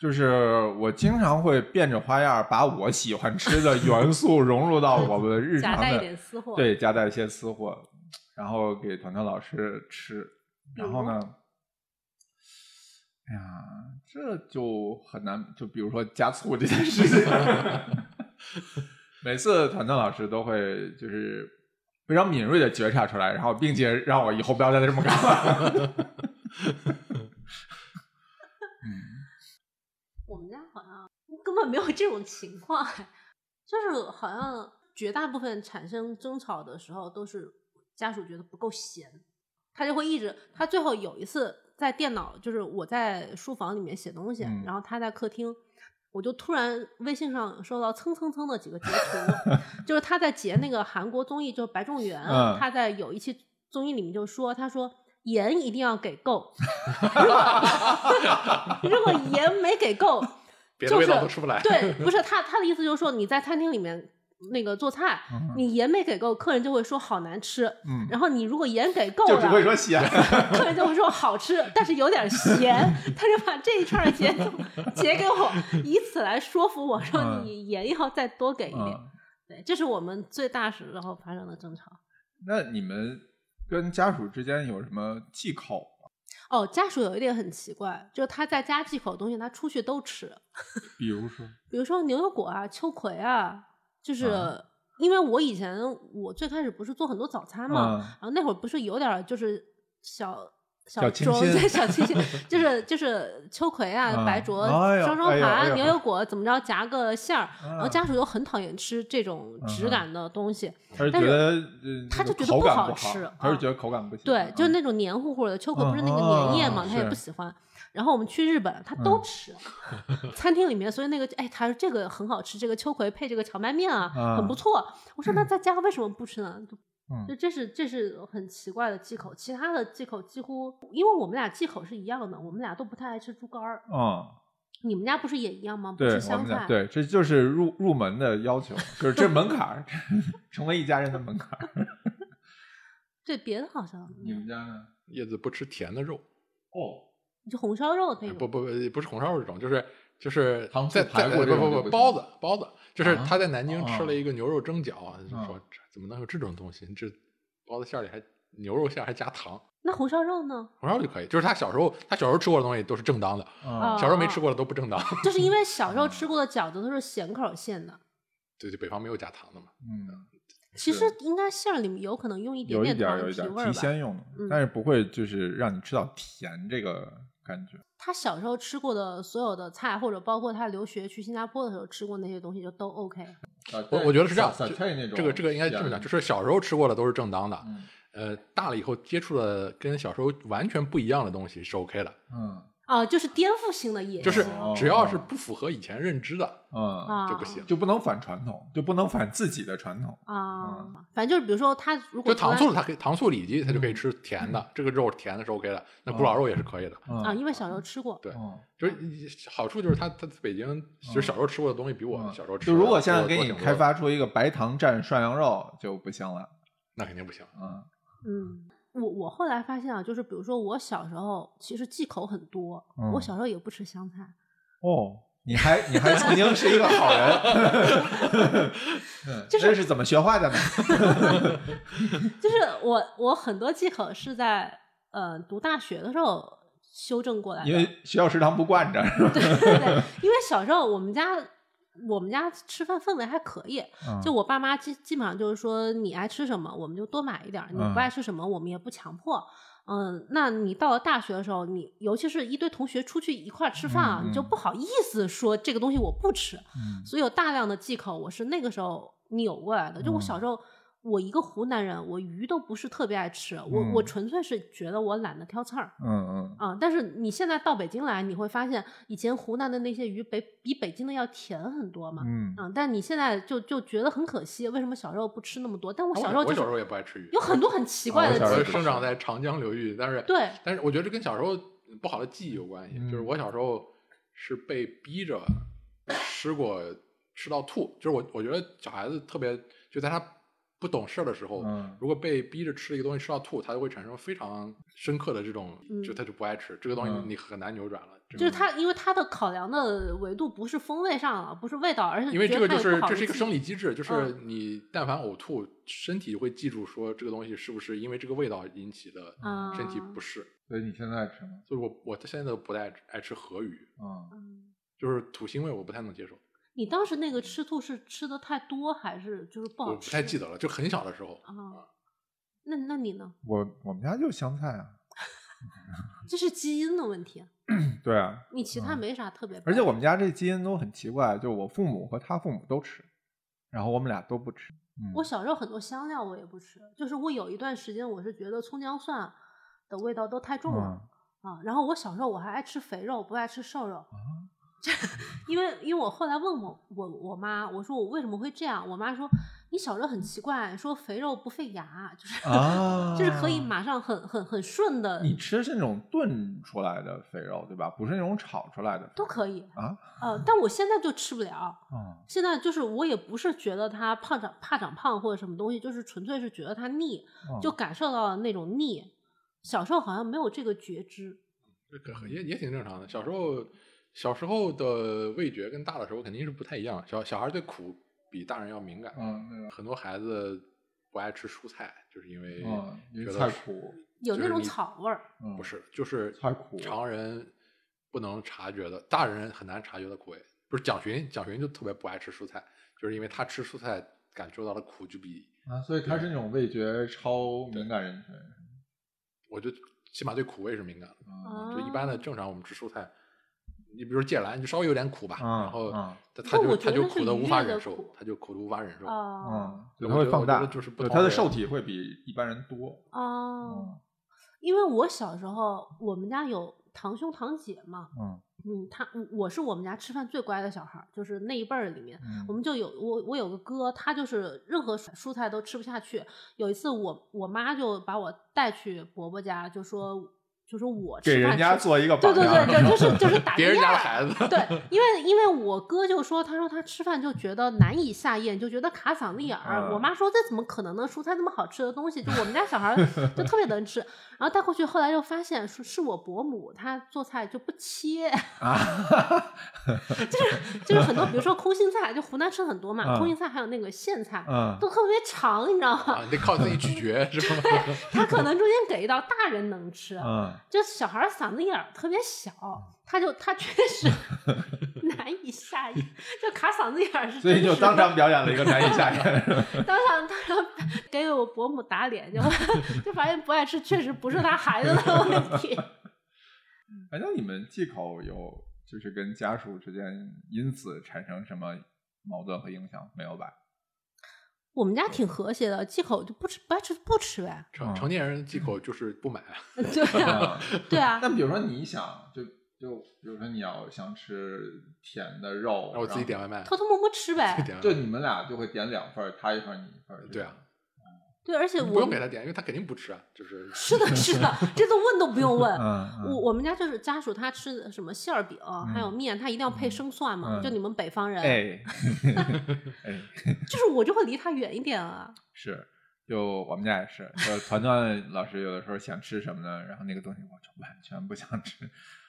[SPEAKER 1] 就是我经常会变着花样儿把我喜欢吃的元素融入到我们日
[SPEAKER 2] 夹
[SPEAKER 1] 常
[SPEAKER 2] 带一
[SPEAKER 1] 的，
[SPEAKER 2] 点私货。，
[SPEAKER 1] 对，夹带一些私货，然后给团团老师吃。然后呢，
[SPEAKER 2] 嗯
[SPEAKER 1] 哎呀，这就很难，就比如说加醋这件事情， 每次团团老师都会就是非常敏锐的觉察出来，然后并且让我以后不要再这么干了。
[SPEAKER 2] 我们家好像根本没有这种情况，哎就是好像绝大部分产生争吵的时候都是家属觉得不够咸，他就会一直。他最后有一次在电脑，就是我在书房里面写东西，
[SPEAKER 1] 嗯
[SPEAKER 2] 然后他在客厅。我就突然微信上收到蹭蹭蹭的几个截图， 就是他在截那个韩国综艺，就是白仲元，
[SPEAKER 1] 嗯
[SPEAKER 2] 他在有一期综艺里面就说，他说盐一定要给够，如果如果盐没给够，
[SPEAKER 3] 别的
[SPEAKER 2] 就
[SPEAKER 3] 味
[SPEAKER 2] 是
[SPEAKER 3] 道都吃不来。
[SPEAKER 2] 对，不是他他的意思就是说你在餐厅里面那个做菜，
[SPEAKER 1] 嗯
[SPEAKER 2] 你盐没给够，客人就会说好难吃。
[SPEAKER 1] 嗯，
[SPEAKER 2] 然后你如果盐给够
[SPEAKER 1] 就只会
[SPEAKER 2] 了，
[SPEAKER 1] 说咸。
[SPEAKER 2] 客人就会说好吃，但是有点咸。他就把这一串儿截图截给我，以此来说服我说
[SPEAKER 1] 嗯
[SPEAKER 2] 你盐要再多给一点。
[SPEAKER 1] 嗯，
[SPEAKER 2] 对，这是我们最大时候发生的争吵。
[SPEAKER 1] 那你们跟家属之间有什么忌口？
[SPEAKER 2] 哦，家属有一点很奇怪，就是他在家忌口的东西，他出去都吃。
[SPEAKER 1] 比如说，
[SPEAKER 2] 比如说牛油果啊、秋葵啊，就是、
[SPEAKER 1] 啊
[SPEAKER 2] 因为我以前我最开始不是做很多早餐嘛，
[SPEAKER 1] 嗯
[SPEAKER 2] 然后那会儿不是有点儿就是小。小
[SPEAKER 1] 小清
[SPEAKER 2] 粥
[SPEAKER 1] 新
[SPEAKER 2] 对 小清新，就是就是秋葵啊、
[SPEAKER 1] 嗯
[SPEAKER 2] 白灼、
[SPEAKER 1] 哎呦
[SPEAKER 2] 双双
[SPEAKER 1] 哎呦
[SPEAKER 2] 盘、
[SPEAKER 1] 哎呦
[SPEAKER 2] 牛油果，怎么着夹个馅儿，然后
[SPEAKER 1] 嗯
[SPEAKER 2] 家属又很讨厌吃这种质感的东西，
[SPEAKER 1] 他是觉
[SPEAKER 2] 但是
[SPEAKER 1] 得呃
[SPEAKER 2] 他就
[SPEAKER 1] 那个
[SPEAKER 2] 觉得
[SPEAKER 1] 口
[SPEAKER 2] 不
[SPEAKER 1] 感
[SPEAKER 2] 好
[SPEAKER 1] 不
[SPEAKER 2] 吃
[SPEAKER 1] 他是
[SPEAKER 2] 嗯
[SPEAKER 1] 觉得口感不行。
[SPEAKER 2] 对，就是
[SPEAKER 1] 嗯
[SPEAKER 2] 那种黏糊糊的秋葵，不是那个
[SPEAKER 1] 嗯嗯
[SPEAKER 2] 粘液
[SPEAKER 1] 嗯
[SPEAKER 2] 嘛，
[SPEAKER 1] 嗯
[SPEAKER 2] 他也
[SPEAKER 1] 是嗯
[SPEAKER 2] 不喜欢。然后我们去日本，他都吃， 餐厅里面，所以那个哎，他说这个很好吃，这个秋葵配这个荞麦面啊，很不
[SPEAKER 1] 嗯
[SPEAKER 2] 错。我说那在家为什么不吃呢？就
[SPEAKER 1] 嗯
[SPEAKER 2] 就这是这是很奇怪的忌口，其他的忌口几乎，因为我们俩忌口是一样的，我们俩都不太爱吃猪肝儿。
[SPEAKER 1] 嗯，
[SPEAKER 2] 你们家不是也一样吗？不
[SPEAKER 1] 对，
[SPEAKER 2] 吃
[SPEAKER 1] 我
[SPEAKER 2] 香
[SPEAKER 1] 们俩
[SPEAKER 2] 菜。
[SPEAKER 1] 对，这就是入入门的要求，就是这门槛儿， 成为一家人的门槛儿。
[SPEAKER 2] 对别的好像没
[SPEAKER 1] 你
[SPEAKER 2] 有
[SPEAKER 1] 们家呢？
[SPEAKER 3] 叶子不吃甜的肉，
[SPEAKER 1] 哦，
[SPEAKER 2] 嗯就红烧肉
[SPEAKER 1] 哎
[SPEAKER 2] 那
[SPEAKER 3] 不
[SPEAKER 2] 种，
[SPEAKER 3] 不不是红烧肉这种，就是就是
[SPEAKER 1] 糖醋
[SPEAKER 3] 在
[SPEAKER 1] 排
[SPEAKER 3] 在
[SPEAKER 1] 骨
[SPEAKER 3] 不
[SPEAKER 1] 这种就不
[SPEAKER 3] 不不
[SPEAKER 1] 行
[SPEAKER 3] 包子包子，就是
[SPEAKER 1] 啊
[SPEAKER 3] 他在南京
[SPEAKER 1] 哦
[SPEAKER 3] 吃了一个牛肉蒸饺，啊就
[SPEAKER 1] 嗯
[SPEAKER 3] 说这怎么能有这种东西？这包子馅儿里还牛肉馅儿还加糖，
[SPEAKER 2] 那红烧肉 呢？
[SPEAKER 3] 红烧就可以。就是他小时候他小时候吃过的东西都是正当的，
[SPEAKER 1] 嗯
[SPEAKER 2] 哦
[SPEAKER 3] 小时候没吃过的都不正当。
[SPEAKER 2] 就是因为小时候吃过的饺子都是咸口儿馅的，
[SPEAKER 3] 对对，北方没有加糖的嘛。
[SPEAKER 1] 嗯，
[SPEAKER 2] 其
[SPEAKER 1] 是
[SPEAKER 2] 实应该馅儿里面有可能用一点
[SPEAKER 1] 有一点
[SPEAKER 2] 糖
[SPEAKER 1] 儿有一
[SPEAKER 2] 提
[SPEAKER 1] 点儿
[SPEAKER 2] 味
[SPEAKER 1] 提
[SPEAKER 2] 儿吧。
[SPEAKER 1] 鲜用的
[SPEAKER 2] 嗯，
[SPEAKER 1] 但是不会就是让你吃到甜这个感觉。
[SPEAKER 2] 他小时候吃过的所有的菜，或者包括他留学去新加坡的时候吃过那些东西，就都 OK。
[SPEAKER 3] 我我觉得是这样，
[SPEAKER 1] 啊小小菜那
[SPEAKER 3] 这
[SPEAKER 1] 种
[SPEAKER 3] 这个这个应该这么讲，
[SPEAKER 1] 甜
[SPEAKER 3] 就是小时候吃过的都是正当的，
[SPEAKER 1] 嗯
[SPEAKER 3] 呃，大了以后接触的跟小时候完全不一样的东西是 OK 的，
[SPEAKER 1] 嗯
[SPEAKER 2] 哦，就是颠覆性的饮食，
[SPEAKER 3] 就是
[SPEAKER 1] 哦
[SPEAKER 3] 只要是不符合以前认知的
[SPEAKER 1] 嗯，
[SPEAKER 2] 啊
[SPEAKER 3] 就不行。
[SPEAKER 1] 就不能反传统，就不能反自己的传统。嗯
[SPEAKER 2] 啊。反正就是比如说他如果
[SPEAKER 3] 就糖
[SPEAKER 2] 从
[SPEAKER 3] 醋的，它可以糖醋里脊，它就可以吃甜的，这个肉甜的是 OK 的，
[SPEAKER 1] 哦
[SPEAKER 3] 那咕老肉也是可以的。
[SPEAKER 2] 来啊，
[SPEAKER 1] 嗯
[SPEAKER 2] 因为小时候吃过，
[SPEAKER 3] 对
[SPEAKER 1] 嗯，
[SPEAKER 3] 就是你好处就是它它北京其实小时候吃过的东西比我
[SPEAKER 1] 嗯
[SPEAKER 3] 小时候吃
[SPEAKER 1] 就
[SPEAKER 3] 的
[SPEAKER 1] 如果现在
[SPEAKER 3] 多
[SPEAKER 1] 给
[SPEAKER 3] 多
[SPEAKER 1] 你
[SPEAKER 3] 挺多
[SPEAKER 1] 开
[SPEAKER 3] 的
[SPEAKER 1] 发出一个白糖蘸涮羊肉就不行了，
[SPEAKER 3] 那肯定不行。
[SPEAKER 1] 嗯
[SPEAKER 2] 嗯。我我后来发现啊，就是比如说我小时候其实忌口很多，
[SPEAKER 1] 嗯
[SPEAKER 2] 我小时候也不吃香菜，
[SPEAKER 1] 哦，你还你还曾经是一个好人， 嗯
[SPEAKER 2] 就是
[SPEAKER 1] 这是怎么学坏的呢？
[SPEAKER 2] 就是我我很多忌口是在呃读大学的时候修正过来的，
[SPEAKER 1] 因为学校食堂不惯着，是吧？
[SPEAKER 2] 对对对，因为小时候我们家我们家吃饭氛围还可以，
[SPEAKER 1] 嗯
[SPEAKER 2] 嗯就我爸妈基基本上就是说你爱吃什么我们就多买一点儿，你
[SPEAKER 1] 嗯
[SPEAKER 2] 不爱吃什么我们也不强迫。嗯，那你到了大学的时候，你尤其是一堆同学出去一块儿吃饭啊，
[SPEAKER 1] 嗯嗯
[SPEAKER 2] 你就不好意思说这个东西我不吃，
[SPEAKER 1] 嗯
[SPEAKER 2] 所以有大量的忌口，我是那个时候扭过来的。就
[SPEAKER 1] 嗯
[SPEAKER 2] 我小时候，我一个湖南人，我鱼都不是特别爱吃，我我
[SPEAKER 1] 嗯
[SPEAKER 2] 纯粹是觉得我懒得挑刺儿，
[SPEAKER 1] 嗯
[SPEAKER 2] 啊、但是你现在到北京来，你会发现以前湖南的那些鱼北比北京的要甜很多嘛。
[SPEAKER 1] 嗯
[SPEAKER 2] 啊、但你现在就就觉得很可惜，为什么小时候不吃那么多？但我
[SPEAKER 3] 啊我
[SPEAKER 2] 小时候
[SPEAKER 3] 我
[SPEAKER 2] 就
[SPEAKER 3] 小时候
[SPEAKER 2] 是
[SPEAKER 3] 也不爱吃鱼，
[SPEAKER 2] 有很多很奇
[SPEAKER 1] 啊
[SPEAKER 2] 怪
[SPEAKER 1] 我
[SPEAKER 2] 的
[SPEAKER 1] 小时候
[SPEAKER 2] 记
[SPEAKER 3] 我
[SPEAKER 1] 也
[SPEAKER 2] 忆，
[SPEAKER 1] 不
[SPEAKER 3] 生长在长江流域，但是
[SPEAKER 2] 对，
[SPEAKER 3] 但是我觉得这跟小时候不好的记忆有关系。
[SPEAKER 1] 嗯
[SPEAKER 3] 就是我小时候是被逼着吃过吃到吐，就是我我觉得小孩子特别就在他不懂事儿的时候，
[SPEAKER 1] 嗯
[SPEAKER 3] 如果被逼着吃一个东西吃到吐，它就会产生非常深刻的这种，
[SPEAKER 2] 嗯
[SPEAKER 3] 就它就不爱吃这个东西
[SPEAKER 1] 嗯，
[SPEAKER 3] 你很难扭转了。这
[SPEAKER 2] 就是
[SPEAKER 3] 个，
[SPEAKER 2] 它，因为它的考量的维度不是风味上了，不是味道，而是
[SPEAKER 3] 因为
[SPEAKER 2] 觉
[SPEAKER 3] 这
[SPEAKER 2] 得
[SPEAKER 3] 个
[SPEAKER 2] 它
[SPEAKER 3] 就
[SPEAKER 2] 有
[SPEAKER 3] 是
[SPEAKER 2] 不好
[SPEAKER 3] 这
[SPEAKER 2] 的
[SPEAKER 3] 是一个
[SPEAKER 2] 记
[SPEAKER 3] 生
[SPEAKER 2] 忆
[SPEAKER 3] 理机制，就是
[SPEAKER 2] 嗯
[SPEAKER 3] 你但凡呕吐，身体会记住说这个东西是不是因为这个味道引起的
[SPEAKER 2] 啊，
[SPEAKER 3] 身体不适。
[SPEAKER 1] 所以你现在吃吗？
[SPEAKER 3] 所以我我现在都不太爱吃河鱼，
[SPEAKER 1] 嗯，
[SPEAKER 2] 嗯
[SPEAKER 3] 就是土腥味我不太能接受，
[SPEAKER 2] 你当时那个吃吐是吃的太多，还是就是不
[SPEAKER 3] 我
[SPEAKER 2] 好
[SPEAKER 3] 不
[SPEAKER 2] 吃？
[SPEAKER 3] 太记得了，就很小的时
[SPEAKER 1] 哦
[SPEAKER 3] 候。
[SPEAKER 2] 啊。那那你呢？
[SPEAKER 1] 我我们家就是香菜啊。
[SPEAKER 2] 这是基因的问题，
[SPEAKER 1] 对啊，
[SPEAKER 2] 你其他没啥特别。
[SPEAKER 1] 而且我们家这基因都很奇怪，就我父母和他父母都吃，然后我们俩都不吃。嗯，
[SPEAKER 2] 我小时候很多香料我也不吃，就是我有一段时间我是觉得葱姜蒜的味道都太重了、
[SPEAKER 1] 嗯
[SPEAKER 2] 啊。然后我小时候我还爱吃肥肉，不爱吃瘦肉。
[SPEAKER 1] 啊
[SPEAKER 2] 因为因为我后来问我我我妈，我说我为什么会这样？我妈说你小时候很奇怪，说肥肉不费牙，就是、
[SPEAKER 1] 啊
[SPEAKER 2] 就是可以马上很很很顺的
[SPEAKER 1] 你吃的是那种炖出来的肥肉，对吧？不是那种炒出来的肥
[SPEAKER 2] 都
[SPEAKER 1] 肉
[SPEAKER 2] 可以
[SPEAKER 1] 啊。
[SPEAKER 2] 呃，但我现在就吃不了，
[SPEAKER 1] 嗯
[SPEAKER 2] 现在就是我也不是觉得它胖长怕长胖或者什么东西，就是纯粹是觉得它腻，
[SPEAKER 1] 嗯
[SPEAKER 2] 就感受到了那种腻。小时候好像没有这个觉知，
[SPEAKER 3] 这个也也挺正常的。小时候，小时候的味觉跟大的时候肯定是不太一样。小小孩对苦比大人要敏感，
[SPEAKER 1] 嗯，那
[SPEAKER 3] 很多孩子不爱吃蔬菜，就是因为
[SPEAKER 1] 嗯，因
[SPEAKER 3] 觉
[SPEAKER 1] 为
[SPEAKER 3] 得
[SPEAKER 1] 菜
[SPEAKER 3] 是
[SPEAKER 1] 苦，
[SPEAKER 2] 有
[SPEAKER 3] 就
[SPEAKER 2] 那
[SPEAKER 3] 是
[SPEAKER 2] 种
[SPEAKER 3] 你
[SPEAKER 2] 草味儿。
[SPEAKER 1] 嗯
[SPEAKER 3] 不是，就是
[SPEAKER 1] 太苦了
[SPEAKER 3] 常人不能察觉的，大人很难察觉的苦味。不是蒋勋，蒋勋就特别不爱吃蔬菜，就是因为他吃蔬菜感受到的苦就比
[SPEAKER 1] 啊，所以他是那种味觉超敏感人群。
[SPEAKER 3] 我就起码对苦味是敏感的。
[SPEAKER 1] 嗯
[SPEAKER 2] 哦
[SPEAKER 3] 就一般的正常我们吃蔬菜，你比如芥蓝，就稍微有点苦吧，
[SPEAKER 1] 嗯
[SPEAKER 3] 然后
[SPEAKER 1] 嗯
[SPEAKER 3] 他
[SPEAKER 2] 不
[SPEAKER 3] 他
[SPEAKER 2] 我
[SPEAKER 3] 就
[SPEAKER 2] 觉
[SPEAKER 3] 他
[SPEAKER 2] 得
[SPEAKER 3] 就是苦的
[SPEAKER 2] 愉
[SPEAKER 3] 无法
[SPEAKER 2] 悦的
[SPEAKER 3] 忍受
[SPEAKER 2] 苦，
[SPEAKER 3] 他就苦的无法忍受。
[SPEAKER 2] 啊
[SPEAKER 1] 嗯，就
[SPEAKER 3] 我
[SPEAKER 1] 它会
[SPEAKER 3] 觉得
[SPEAKER 1] 放
[SPEAKER 3] 我觉
[SPEAKER 1] 大，
[SPEAKER 3] 得就是不
[SPEAKER 1] 对
[SPEAKER 3] 同
[SPEAKER 1] 它的
[SPEAKER 3] 人
[SPEAKER 1] 受体会比一般人多。
[SPEAKER 2] 啊！
[SPEAKER 1] 嗯
[SPEAKER 2] 因为我小时候我们家有堂兄堂姐嘛，
[SPEAKER 1] 嗯
[SPEAKER 2] 嗯，他我是我们家吃饭最乖的小孩儿，就是那一辈儿里面，
[SPEAKER 1] 嗯
[SPEAKER 2] 我们就有我我有个哥，他就是任何蔬蔬菜都吃不下去。有一次我我妈就把我带去伯伯家，就说就说我吃
[SPEAKER 1] 给人
[SPEAKER 2] 饭
[SPEAKER 1] 家
[SPEAKER 2] 吃
[SPEAKER 1] 做一个
[SPEAKER 2] 对
[SPEAKER 1] 榜
[SPEAKER 2] 对对
[SPEAKER 1] 样。
[SPEAKER 2] 对，就是就是打
[SPEAKER 3] 别人
[SPEAKER 2] 架
[SPEAKER 3] 家的孩子，
[SPEAKER 2] 对，因为因为我哥就说，他说他吃饭就觉得难以下咽，就觉得卡嗓子眼儿。
[SPEAKER 1] 嗯
[SPEAKER 2] 我妈说这怎么可能呢？蔬菜那么好吃的东西，就我们家小孩 儿就特别能吃。然后带过去，后来又发现说是我伯母她做菜就不切，
[SPEAKER 1] 啊，
[SPEAKER 2] 就是就是很多，比如说空心菜，就湖南吃很多嘛，
[SPEAKER 1] 嗯
[SPEAKER 2] 空心菜还有那个苋菜。
[SPEAKER 1] 嗯
[SPEAKER 2] 都特别长，你知道 吗？
[SPEAKER 3] 啊，你得靠自己咀 嚼是吧？
[SPEAKER 2] 他可能中间给一道，大人能吃，
[SPEAKER 1] 嗯，
[SPEAKER 2] 就小孩儿嗓子眼儿特别小，他就他确实难以下咽，就卡嗓子眼儿是
[SPEAKER 1] 所
[SPEAKER 2] 真
[SPEAKER 1] 以
[SPEAKER 2] 实的。
[SPEAKER 1] 就当场表演了一个难以下咽。 是吧
[SPEAKER 2] 当场当场给我伯母打脸，就就发现不爱吃确实不是他孩子的问题。
[SPEAKER 1] 哎，那你们忌口有就是跟家属之间因此产生什么矛盾和影响没有 吧？
[SPEAKER 2] 我们家挺和谐的，忌口就不吃，不爱吃不吃呗。
[SPEAKER 3] 成
[SPEAKER 1] 嗯
[SPEAKER 3] 成年人忌口就是不买，
[SPEAKER 2] 对啊，对啊，
[SPEAKER 1] 那比如说你想就就比如说你要想吃甜的肉，
[SPEAKER 3] 哦让我自己点
[SPEAKER 1] 然
[SPEAKER 3] 外卖，
[SPEAKER 2] 偷偷摸摸吃呗。
[SPEAKER 3] 点
[SPEAKER 1] 后，
[SPEAKER 3] 外
[SPEAKER 1] 就
[SPEAKER 3] 卖
[SPEAKER 1] 你们俩就会点两份儿，他一份儿你一份儿，
[SPEAKER 3] 对啊，
[SPEAKER 2] 对，而且
[SPEAKER 3] 你不
[SPEAKER 2] 我
[SPEAKER 3] 用给他点，因为他肯定不吃啊，就是
[SPEAKER 2] 是的，是的，这都问都不用问。
[SPEAKER 1] 嗯，
[SPEAKER 2] 我
[SPEAKER 1] 嗯，
[SPEAKER 2] 我们家就是家属，他吃的什么馅儿饼，还有面，他一定要配生蒜嘛。
[SPEAKER 1] 嗯
[SPEAKER 2] 就你们北方人，
[SPEAKER 1] 哎哎，
[SPEAKER 2] 就是我就会离他远一点啊。
[SPEAKER 1] 是。就我们家也是，就团团老师有的时候想吃什么呢，然后那个东西我就完全不想吃，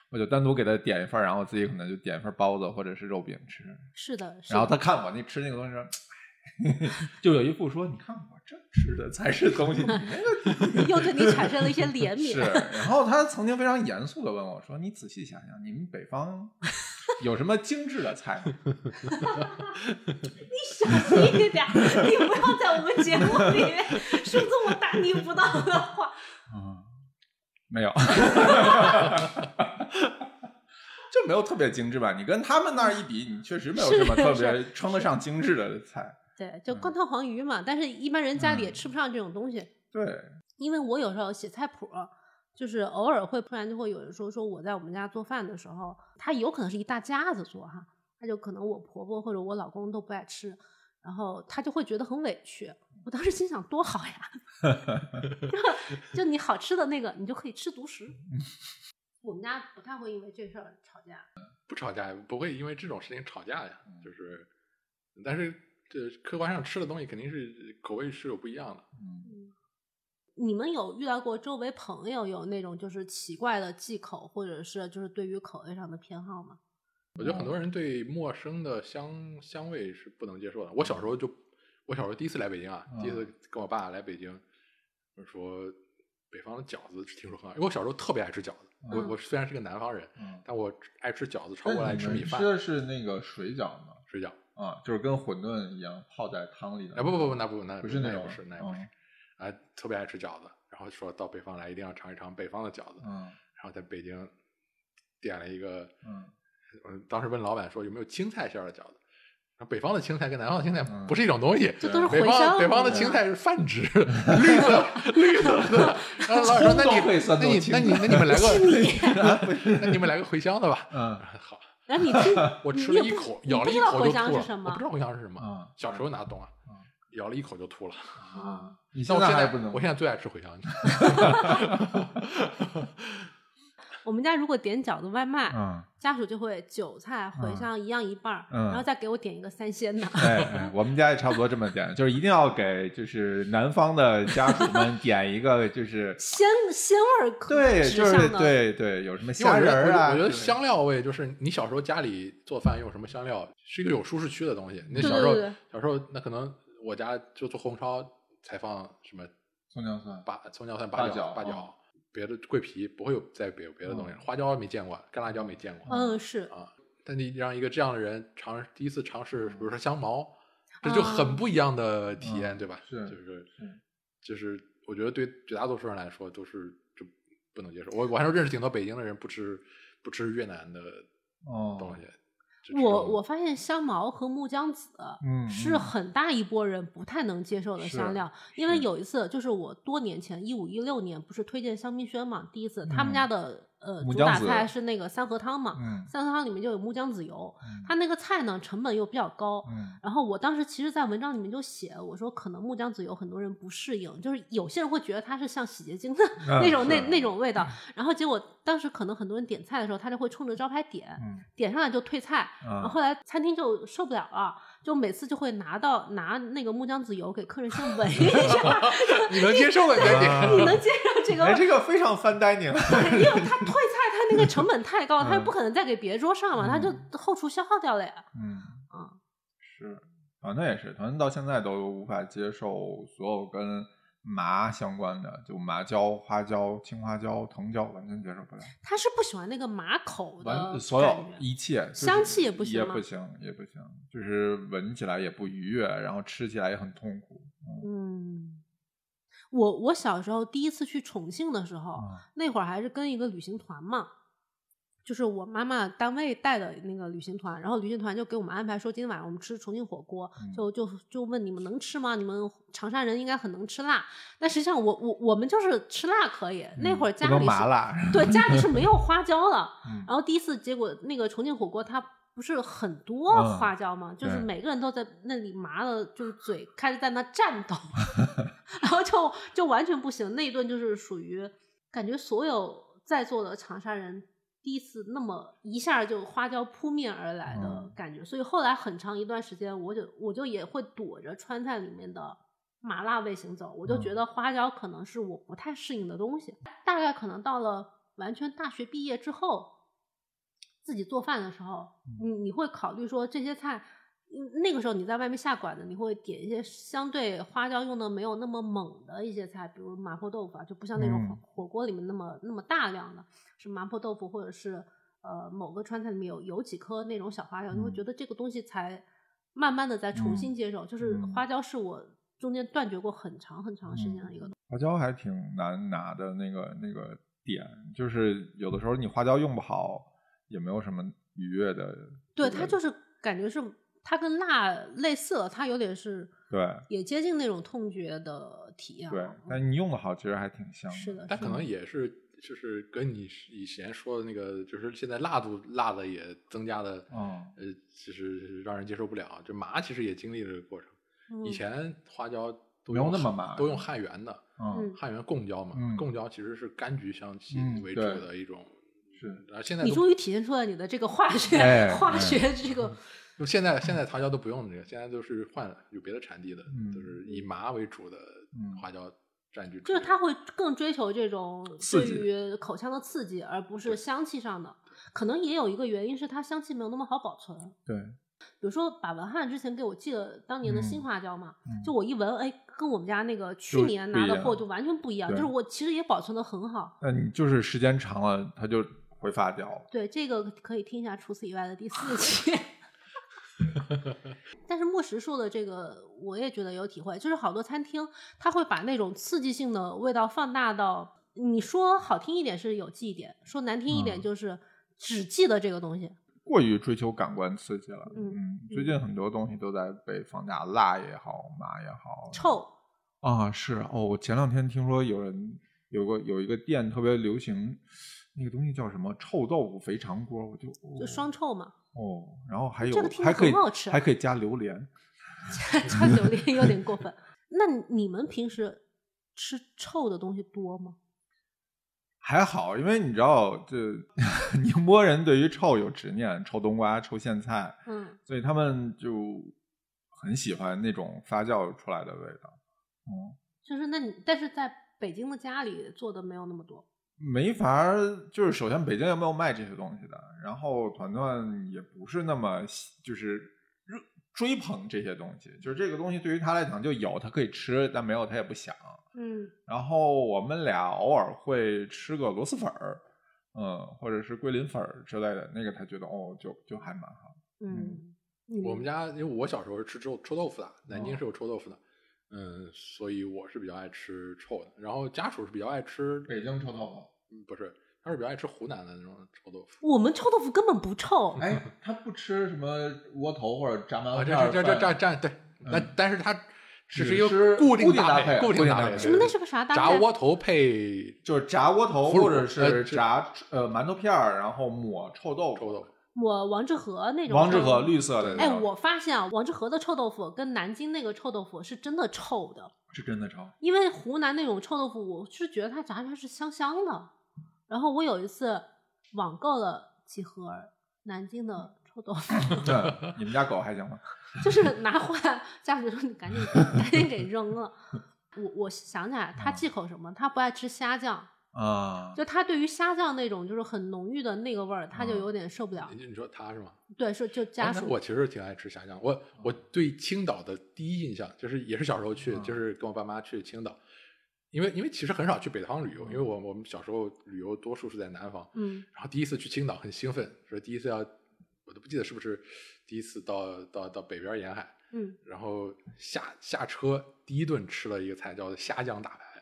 [SPEAKER 1] 我就单独给他点一份儿，然后我自己可能就点一份儿包子或者是肉饼吃，
[SPEAKER 2] 是的，是
[SPEAKER 1] 然后
[SPEAKER 2] 的。
[SPEAKER 1] 他看我那吃那个东西说， 哎就有一副说，你看我这吃的才是东西，你那个
[SPEAKER 2] 又对你产生了一些怜
[SPEAKER 1] 是。
[SPEAKER 2] 悯。
[SPEAKER 1] 然后他曾经非常严肃的问我说：“你仔细想想，你们北方有什么精致的菜吗
[SPEAKER 2] 小心一点，你不要在我们节目里面说这么大逆不道的话。？”
[SPEAKER 1] 嗯，没有， 就没有特别精致吧？你跟他们那儿一比，你确实没有
[SPEAKER 2] 是
[SPEAKER 1] 什么特
[SPEAKER 2] 是
[SPEAKER 1] 别称得上精致的菜。
[SPEAKER 2] 对，
[SPEAKER 1] 嗯
[SPEAKER 2] 就灌汤黄鱼嘛，但是一般人家里也吃不上这种东西。
[SPEAKER 1] 对，
[SPEAKER 2] 因为我有时候写菜谱，就是偶尔会突然就会有人说说我在我们家做饭的时候，他有可能是一大家子做哈，他就可能我婆婆或者我老公都不爱吃，然后他就会觉得很委屈。我当时心想多好呀， 就就你好吃的那个你就可以吃独 食。我们家不太会因为这事儿吵架。嗯
[SPEAKER 3] 不吵架，不会因为这种事情吵架呀，就是，但是这客观上吃的东西肯定是口味是有不一样的。
[SPEAKER 1] 嗯
[SPEAKER 2] 嗯你们有遇到过周围朋友有那种就是奇怪的忌口，或者是就是对于口味上的偏好吗？
[SPEAKER 3] 我觉得
[SPEAKER 1] 嗯
[SPEAKER 3] 很多人对陌生的香香味是不能接受的。我小时候就，我小时候第一次来北京啊，第一
[SPEAKER 1] 嗯
[SPEAKER 3] 次跟我爸来北京，我说北方的饺子听说很好，因为我小时候特别爱吃饺子。我
[SPEAKER 2] 嗯
[SPEAKER 3] 我虽然是个南方人，
[SPEAKER 1] 嗯，
[SPEAKER 3] 但我爱吃饺子超
[SPEAKER 1] 那
[SPEAKER 3] 过爱
[SPEAKER 1] 你
[SPEAKER 3] 吃
[SPEAKER 1] 们
[SPEAKER 3] 米饭
[SPEAKER 1] 吃、的是那个水饺吗？
[SPEAKER 3] 水饺。
[SPEAKER 1] 啊，就是跟馄饨一样泡在汤里的。
[SPEAKER 3] 啊不不不，那不那
[SPEAKER 1] 不是那
[SPEAKER 3] 也
[SPEAKER 1] 种嗯
[SPEAKER 3] 不是那也不是，啊特别爱吃饺子，然后说到北方来一定要尝一尝北方的饺子，
[SPEAKER 1] 嗯
[SPEAKER 3] 然后在北京点了一个，
[SPEAKER 1] 嗯，
[SPEAKER 3] 我当时问老板说有没有青菜馅儿的饺子。然后北方的青菜跟南方的青菜
[SPEAKER 1] 嗯
[SPEAKER 3] 不是一种东西，
[SPEAKER 1] 这
[SPEAKER 2] 都是
[SPEAKER 3] 呃北
[SPEAKER 2] 茴香
[SPEAKER 3] 方北方的
[SPEAKER 2] 对
[SPEAKER 3] 青菜是泛指绿色绿色的。然后老板说：“那
[SPEAKER 1] 葱
[SPEAKER 3] 你
[SPEAKER 1] 都可以算
[SPEAKER 3] 那你
[SPEAKER 1] 作青
[SPEAKER 3] 那你那你们来
[SPEAKER 2] 啊
[SPEAKER 3] 个不是，那你们来个茴香的吧。
[SPEAKER 1] 嗯
[SPEAKER 3] 啊”好，
[SPEAKER 2] 然后 你听，
[SPEAKER 3] 我吃
[SPEAKER 2] 你
[SPEAKER 3] 了
[SPEAKER 2] 也
[SPEAKER 3] 一
[SPEAKER 2] 不
[SPEAKER 3] 口，
[SPEAKER 2] 你
[SPEAKER 3] 咬
[SPEAKER 2] 不
[SPEAKER 3] 了
[SPEAKER 2] 知
[SPEAKER 3] 一
[SPEAKER 2] 道
[SPEAKER 3] 口
[SPEAKER 2] 茴
[SPEAKER 3] 就
[SPEAKER 2] 香
[SPEAKER 3] 吐
[SPEAKER 2] 是
[SPEAKER 3] 了。
[SPEAKER 2] 什
[SPEAKER 3] 我
[SPEAKER 2] 么
[SPEAKER 3] 不知道茴香是什么，
[SPEAKER 1] 嗯，
[SPEAKER 3] 小时候哪懂啊
[SPEAKER 1] 嗯？
[SPEAKER 3] 咬了一口就吐了。
[SPEAKER 2] 啊，
[SPEAKER 1] 你现
[SPEAKER 3] 但我
[SPEAKER 1] 在
[SPEAKER 3] 现
[SPEAKER 1] 还
[SPEAKER 3] 在
[SPEAKER 1] 不能，
[SPEAKER 3] 我现在最爱 吃茴香。
[SPEAKER 2] 我们家如果点饺子外卖，
[SPEAKER 1] 嗯，
[SPEAKER 2] 家属就会韭菜、茴
[SPEAKER 1] 嗯
[SPEAKER 2] 香一样一半儿，
[SPEAKER 1] 嗯
[SPEAKER 2] 然后再给我点一个三鲜的。
[SPEAKER 1] 哎哎，我们家也差不多这么点，就是一定要给就是南方的家属们点一个 就是
[SPEAKER 2] 鲜鲜味儿可
[SPEAKER 1] 对，
[SPEAKER 2] 指
[SPEAKER 1] 就
[SPEAKER 2] 向
[SPEAKER 1] 是
[SPEAKER 2] 的，
[SPEAKER 1] 对对，有什么
[SPEAKER 3] 因为
[SPEAKER 1] 虾
[SPEAKER 3] 我觉
[SPEAKER 1] 仁
[SPEAKER 3] 得
[SPEAKER 1] 儿啊，
[SPEAKER 3] 我觉得我觉得
[SPEAKER 1] 之类的
[SPEAKER 3] 香料味就是你小时候家里做饭用什么香料，是一个有舒适区的东西。那
[SPEAKER 2] 对
[SPEAKER 3] 小时候
[SPEAKER 1] 嗯
[SPEAKER 2] 对对对
[SPEAKER 3] 小时候那可能我家就做红烧才放什么
[SPEAKER 1] 葱姜蒜，
[SPEAKER 3] 八葱姜蒜
[SPEAKER 1] 八
[SPEAKER 3] 八
[SPEAKER 1] 角
[SPEAKER 3] 角八
[SPEAKER 1] 哦嗯
[SPEAKER 3] 角，别的桂皮不会有再别有别的东西，花椒没见过，干辣椒没见过
[SPEAKER 2] 嗯，是
[SPEAKER 3] 啊。但你让一个这样的人尝第一次尝试，比如说香茅，这
[SPEAKER 2] 嗯
[SPEAKER 3] 就很不一样的体验，
[SPEAKER 1] 嗯
[SPEAKER 3] 对吧？
[SPEAKER 1] 是
[SPEAKER 3] 就是
[SPEAKER 1] 是
[SPEAKER 3] 就是我觉得对绝大多数人来说都是就不能接受。我我还是认识挺多北京的人不吃不吃越南的
[SPEAKER 1] 哦
[SPEAKER 3] 东，西。就这
[SPEAKER 2] 我
[SPEAKER 3] 种
[SPEAKER 2] 我发现香茅和木姜子。
[SPEAKER 1] 嗯，
[SPEAKER 2] 是
[SPEAKER 1] 嗯
[SPEAKER 2] 很大一波人不太能接受的
[SPEAKER 1] 是
[SPEAKER 2] 香料，因为
[SPEAKER 1] 是
[SPEAKER 2] 有一次就是我多年前一五一六年不是推荐香槟轩嘛，第一次他们家的、呃
[SPEAKER 1] 嗯木
[SPEAKER 2] 主
[SPEAKER 1] 姜
[SPEAKER 2] 打
[SPEAKER 1] 子
[SPEAKER 2] 菜是那个三合汤嘛，
[SPEAKER 1] 嗯
[SPEAKER 2] 三合汤里面就有木姜子油，
[SPEAKER 1] 嗯
[SPEAKER 2] 它那个菜呢成本又比较高，
[SPEAKER 1] 嗯
[SPEAKER 2] 然后我当时其实，在文章里面就写，我说可能木姜子油很多人不适应，就是有些人会觉得它是像洗洁精的
[SPEAKER 1] 嗯
[SPEAKER 2] 那种、那
[SPEAKER 1] 是嗯
[SPEAKER 2] 那种味道。然后结果当时可能很多人点菜的时候，他就会冲着招牌点，
[SPEAKER 1] 嗯
[SPEAKER 2] 点上来就退菜。然
[SPEAKER 1] 啊
[SPEAKER 2] 后后来餐厅就受不了了，就每次就会拿到拿那个木姜子油给客人先闻一下，
[SPEAKER 3] 你能接受的，你再点。
[SPEAKER 2] 你能接受这个味
[SPEAKER 1] 哎，
[SPEAKER 2] 儿？
[SPEAKER 1] 这个非常 fine dining，
[SPEAKER 2] 因为他退菜他那个成本太高了，他又
[SPEAKER 1] 嗯
[SPEAKER 2] 不可能再给别桌上了，他就
[SPEAKER 1] 嗯
[SPEAKER 2] 后厨消耗掉了呀。
[SPEAKER 1] 嗯
[SPEAKER 2] 啊，
[SPEAKER 1] 是，团队也是，团队到现在都无法接受所有跟麻相关的，就麻椒、花椒、青花椒、藤椒，完全接受不了，
[SPEAKER 2] 他是不喜欢那个马口的
[SPEAKER 1] 完
[SPEAKER 2] 感
[SPEAKER 1] 所有
[SPEAKER 2] 觉
[SPEAKER 1] 一切、就是
[SPEAKER 2] 香气也不行
[SPEAKER 1] 也
[SPEAKER 2] 吗
[SPEAKER 1] 不行，也不行，就是闻起来也不愉悦，然后吃起来也很痛苦。嗯
[SPEAKER 2] 嗯，我我小时候第一次去重庆的时候，
[SPEAKER 1] 啊
[SPEAKER 2] 那会儿还是跟一个旅行团嘛，就是我妈妈单位带的那个旅行团，然后旅行团就给我们安排说今天晚上我们吃重庆火锅，
[SPEAKER 1] 嗯
[SPEAKER 2] 就就就问你们能吃吗？你们长沙人应该很能吃辣，但实际上我我我们就是吃辣可以，那会儿
[SPEAKER 1] 嗯
[SPEAKER 2] 家
[SPEAKER 1] 不能
[SPEAKER 2] 里
[SPEAKER 1] 麻
[SPEAKER 2] 是
[SPEAKER 1] 辣，
[SPEAKER 2] 对家里是没有花椒的，
[SPEAKER 1] 嗯
[SPEAKER 2] 然后第一次结果那个重庆火锅它。不是很多
[SPEAKER 1] 嗯
[SPEAKER 2] 花椒吗？就是
[SPEAKER 1] 对
[SPEAKER 2] 每个人都在那里麻的，就是嘴开始在那颤抖， 然后就就完全不行。那一顿就是属于感觉所有在座的长沙人第一次那么一下就花椒扑面而来的
[SPEAKER 1] 嗯
[SPEAKER 2] 感觉，所以后来很长一段时间，我就我就也会躲着川菜里面的麻辣味行走，我就觉
[SPEAKER 1] 嗯
[SPEAKER 2] 得花椒可能是我不太适应的东西。大概可能到了完全大学毕业之后，自己做饭的时候，
[SPEAKER 1] 嗯
[SPEAKER 2] 你你会考虑说这些菜。嗯那个时候你在外面下馆子，你会点一些相对花椒用的没有那么猛的一些菜，比如麻婆豆腐啊，就不像那种火
[SPEAKER 1] 嗯
[SPEAKER 2] 火锅里面那么那么大量的，是麻婆豆腐或者是呃某个川菜里面有有几颗那种小花椒，你会
[SPEAKER 1] 嗯
[SPEAKER 2] 觉得这个东西才慢慢的再重新
[SPEAKER 1] 嗯
[SPEAKER 2] 接受，就是
[SPEAKER 1] 嗯
[SPEAKER 2] 花椒是我中间断绝过很长很长时间的一
[SPEAKER 3] 嗯
[SPEAKER 2] 个东西。
[SPEAKER 1] 花椒还挺难拿的那个那个点，就是有的时候你花椒用不好，也没有什么愉悦的。
[SPEAKER 2] 对，
[SPEAKER 1] 这
[SPEAKER 2] 它
[SPEAKER 1] 个
[SPEAKER 2] 就是感觉是它跟辣类似了，它有点是
[SPEAKER 1] 对
[SPEAKER 2] 也接近那种痛觉的体验
[SPEAKER 1] 对
[SPEAKER 2] 了。，
[SPEAKER 1] 但你用的好，其实还挺香
[SPEAKER 2] 是的，
[SPEAKER 3] 但
[SPEAKER 2] 是
[SPEAKER 3] 可
[SPEAKER 2] 的
[SPEAKER 1] 嗯
[SPEAKER 3] 能也是就是跟你以前说的那个，就是现在辣度辣的也增加的，
[SPEAKER 1] 嗯
[SPEAKER 3] 呃，就是让人接受不了。就麻其实也经历了这个过程，以前花椒都
[SPEAKER 1] 没有嗯
[SPEAKER 3] 用
[SPEAKER 1] 那么
[SPEAKER 3] 汉
[SPEAKER 1] 麻
[SPEAKER 3] 都用汉源的，
[SPEAKER 1] 嗯
[SPEAKER 2] 嗯
[SPEAKER 3] 汉源贡椒嘛，
[SPEAKER 1] 嗯
[SPEAKER 3] 贡椒其实是柑橘香气
[SPEAKER 1] 嗯
[SPEAKER 3] 为主
[SPEAKER 1] 对
[SPEAKER 3] 的一种
[SPEAKER 1] 是
[SPEAKER 3] 然后现在
[SPEAKER 2] 你
[SPEAKER 3] 都嗯
[SPEAKER 2] 终于体现出来你的这个化学、
[SPEAKER 1] 哎
[SPEAKER 2] 化学这个，
[SPEAKER 3] 就现在现在糖胶都不用这个，现在都是换有别的产地的，
[SPEAKER 1] 嗯
[SPEAKER 3] 就是以麻为主的
[SPEAKER 1] 嗯
[SPEAKER 3] 花椒占据主
[SPEAKER 2] 就
[SPEAKER 3] 流。
[SPEAKER 2] 是他会更追求这种
[SPEAKER 1] 刺
[SPEAKER 2] 对
[SPEAKER 1] 激
[SPEAKER 2] 于口腔的刺激，而不是香气上的。可能也有一个原因是它香气没有那么好保存，
[SPEAKER 1] 对，
[SPEAKER 2] 比如说把文翰之前给我寄的当年的
[SPEAKER 1] 嗯
[SPEAKER 2] 新花椒嘛，
[SPEAKER 1] 嗯
[SPEAKER 2] 就我一闻，哎，跟我们家那个去
[SPEAKER 1] 就
[SPEAKER 2] 年
[SPEAKER 1] 不
[SPEAKER 2] 拿
[SPEAKER 1] 一
[SPEAKER 2] 的
[SPEAKER 1] 样
[SPEAKER 2] 货就完全不一样，就
[SPEAKER 1] 对
[SPEAKER 2] 是我其实也保存的很好。
[SPEAKER 1] 那你就是时间长了，它就挥发掉了。
[SPEAKER 2] 对，这个可以听一下除此以外的第四期。 但是莫石说的这个，我也觉得有体会，就是好多餐厅他会把那种刺激性的味道放大到，你说好听一点是有记忆点，说难听一点
[SPEAKER 1] 嗯
[SPEAKER 2] 就是只记得这个东西。
[SPEAKER 1] 过于追求感官刺激了，
[SPEAKER 2] 嗯
[SPEAKER 1] 最近很多东西都在被放大，辣也好，麻也好，
[SPEAKER 2] 臭，
[SPEAKER 1] 啊，是哦，我前两天听说有人有个有一个店特别流行，那个东西叫什么臭豆腐肥肠锅，我就
[SPEAKER 2] 就
[SPEAKER 1] 哦
[SPEAKER 2] 双臭嘛，
[SPEAKER 1] 哦，然后还有、
[SPEAKER 2] 这个听着
[SPEAKER 1] 还可以
[SPEAKER 2] 很好吃
[SPEAKER 1] 还可以加榴莲，
[SPEAKER 2] 加榴莲有点过分。那你们平时吃臭的东西多吗？
[SPEAKER 1] 还好，因为你知道这 宁波人对于臭有执念，臭冬瓜、臭苋菜，
[SPEAKER 2] 嗯，
[SPEAKER 1] 所以他们就很喜欢那种发酵出来的味道。嗯，
[SPEAKER 2] 就是那你，但是在北京的家里做的没有那么多。
[SPEAKER 1] 没法儿，就是首先北京也没有卖这些东西的，然后团团也不是那么喜就是热追捧这些东西，就是这个东西对于他来讲就有，他可以吃，但没有他也不想。
[SPEAKER 2] 嗯，
[SPEAKER 1] 然后我们俩偶尔会吃个螺蛳粉儿，嗯，或者是桂林粉儿之类的，那个他觉得哦，就就还蛮好。
[SPEAKER 2] 嗯，
[SPEAKER 3] 我们家因为我小时候是吃臭臭豆腐的，南京
[SPEAKER 1] 哦
[SPEAKER 3] 是有臭豆腐的，嗯，所以我是比较爱吃臭的。然后家属是比较爱吃，
[SPEAKER 1] 北京臭豆腐，
[SPEAKER 3] 嗯不是，他是比较爱吃湖南的那种臭豆腐。
[SPEAKER 2] 我们臭豆腐根本不臭，
[SPEAKER 1] 哎，他不吃什么窝头或者炸馒
[SPEAKER 3] 啊，
[SPEAKER 1] 头
[SPEAKER 3] 这
[SPEAKER 1] 片儿
[SPEAKER 3] 这
[SPEAKER 1] 饭，
[SPEAKER 3] 这这这这对，那但是它只是一
[SPEAKER 1] 嗯只
[SPEAKER 3] 个
[SPEAKER 1] 是
[SPEAKER 3] 固
[SPEAKER 1] 固
[SPEAKER 3] 定
[SPEAKER 1] 定搭
[SPEAKER 3] 配，
[SPEAKER 1] 配
[SPEAKER 3] 固
[SPEAKER 1] 固
[SPEAKER 3] 定
[SPEAKER 1] 定
[SPEAKER 3] 搭
[SPEAKER 1] 搭
[SPEAKER 3] 配，
[SPEAKER 1] 配
[SPEAKER 2] 什么那是个啥搭
[SPEAKER 3] 炸
[SPEAKER 2] 配？
[SPEAKER 3] 窝头配
[SPEAKER 1] 就是炸窝头
[SPEAKER 3] 腐乳
[SPEAKER 1] 或者
[SPEAKER 3] 呃
[SPEAKER 1] 是
[SPEAKER 3] 这
[SPEAKER 1] 炸呃馒头片儿，然后抹臭豆
[SPEAKER 3] 臭
[SPEAKER 1] 腐。
[SPEAKER 3] 豆腐。
[SPEAKER 2] 我王致和那种。
[SPEAKER 1] 王致和。绿色的那
[SPEAKER 2] 哎，
[SPEAKER 1] 种，
[SPEAKER 2] 我发现啊，王致和的臭豆腐跟南京那个臭豆腐是真的臭的，
[SPEAKER 1] 是真的超。
[SPEAKER 2] 因为湖南那种臭豆腐，我是觉得它炸出来是香香的。然后我有一次网购了几盒南京的臭豆腐，
[SPEAKER 1] 对，你们家狗还行吗？
[SPEAKER 2] 就是拿回来，家属说你赶紧赶紧给扔了。我我想起来，他忌口什么？他不爱吃虾酱，
[SPEAKER 1] 啊，
[SPEAKER 2] 就他对于虾酱那种就是很浓郁的那个味儿，他就
[SPEAKER 1] 嗯
[SPEAKER 2] 有点受不了。
[SPEAKER 3] 你你说它是吗？
[SPEAKER 2] 对，是就
[SPEAKER 3] 啊
[SPEAKER 2] 家
[SPEAKER 3] 那
[SPEAKER 2] 属。嗯
[SPEAKER 3] 我其实挺爱吃虾酱。我我对青岛的第一印象就是，也是小时候去，
[SPEAKER 1] 嗯
[SPEAKER 3] 就是跟我爸妈去青岛，因为因为其实很少去北方旅游，因为我我们小时候旅游多数是在南方，
[SPEAKER 2] 嗯
[SPEAKER 3] 然后第一次去青岛很兴奋，说第一次要，我都不记得是不是第一次到到到北边沿海，
[SPEAKER 2] 嗯，
[SPEAKER 3] 然后下下车第一顿吃了一个菜叫做虾酱大排，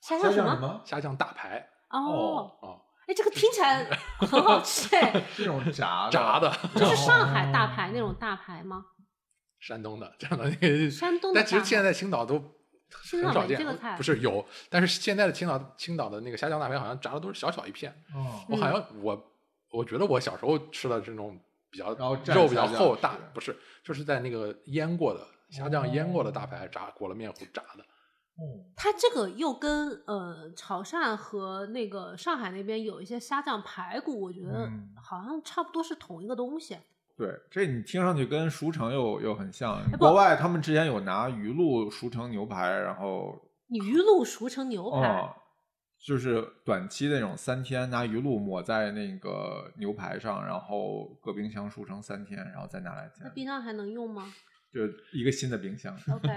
[SPEAKER 2] 虾酱什么？
[SPEAKER 1] 么？
[SPEAKER 3] 虾酱大排
[SPEAKER 2] 哦，
[SPEAKER 3] 啊、
[SPEAKER 2] 哎，这个听起来很好吃哎，
[SPEAKER 1] 这种 炸的
[SPEAKER 3] 炸的，
[SPEAKER 2] 这是上海
[SPEAKER 3] 哦
[SPEAKER 2] 大排那种大排吗？
[SPEAKER 3] 山东的这样的那个
[SPEAKER 2] 山东的
[SPEAKER 3] 但其
[SPEAKER 2] 大
[SPEAKER 3] 实现
[SPEAKER 2] 排。
[SPEAKER 3] 在青岛都
[SPEAKER 2] 青
[SPEAKER 3] 很
[SPEAKER 2] 岛
[SPEAKER 3] 少
[SPEAKER 2] 没
[SPEAKER 3] 见，
[SPEAKER 2] 这个菜啊
[SPEAKER 3] 不是有，但是现在的青岛青岛的那个虾酱大排好像炸的都是小小一片。
[SPEAKER 1] 哦
[SPEAKER 3] 我
[SPEAKER 2] 嗯
[SPEAKER 3] 好像我我觉得我小时候吃的这种比较
[SPEAKER 1] 然后蘸
[SPEAKER 3] 肉比较
[SPEAKER 1] 虾酱
[SPEAKER 3] 厚
[SPEAKER 1] 吃
[SPEAKER 3] 大，不是就是在那个腌过的虾酱腌过的大
[SPEAKER 2] 哦
[SPEAKER 3] 排炸裹了面糊炸的。
[SPEAKER 1] 哦
[SPEAKER 2] 它这个又跟呃潮汕和那个上海那边有一些虾酱排骨，我觉得
[SPEAKER 1] 嗯
[SPEAKER 2] 好像差不多是同一个东西。
[SPEAKER 1] 对，这你听上去跟熟成又又很像。
[SPEAKER 2] 哎不
[SPEAKER 1] 国外他们之前有拿鱼露熟成牛排，然后
[SPEAKER 2] 你鱼露熟成牛排，
[SPEAKER 1] 哦，就是短期那种三天拿鱼露抹在那个牛排上，然后搁冰箱熟成三天，然后再拿来
[SPEAKER 2] 那
[SPEAKER 1] 煎，
[SPEAKER 2] 冰箱还能用吗
[SPEAKER 1] 就一个新的冰箱。
[SPEAKER 2] ？OK，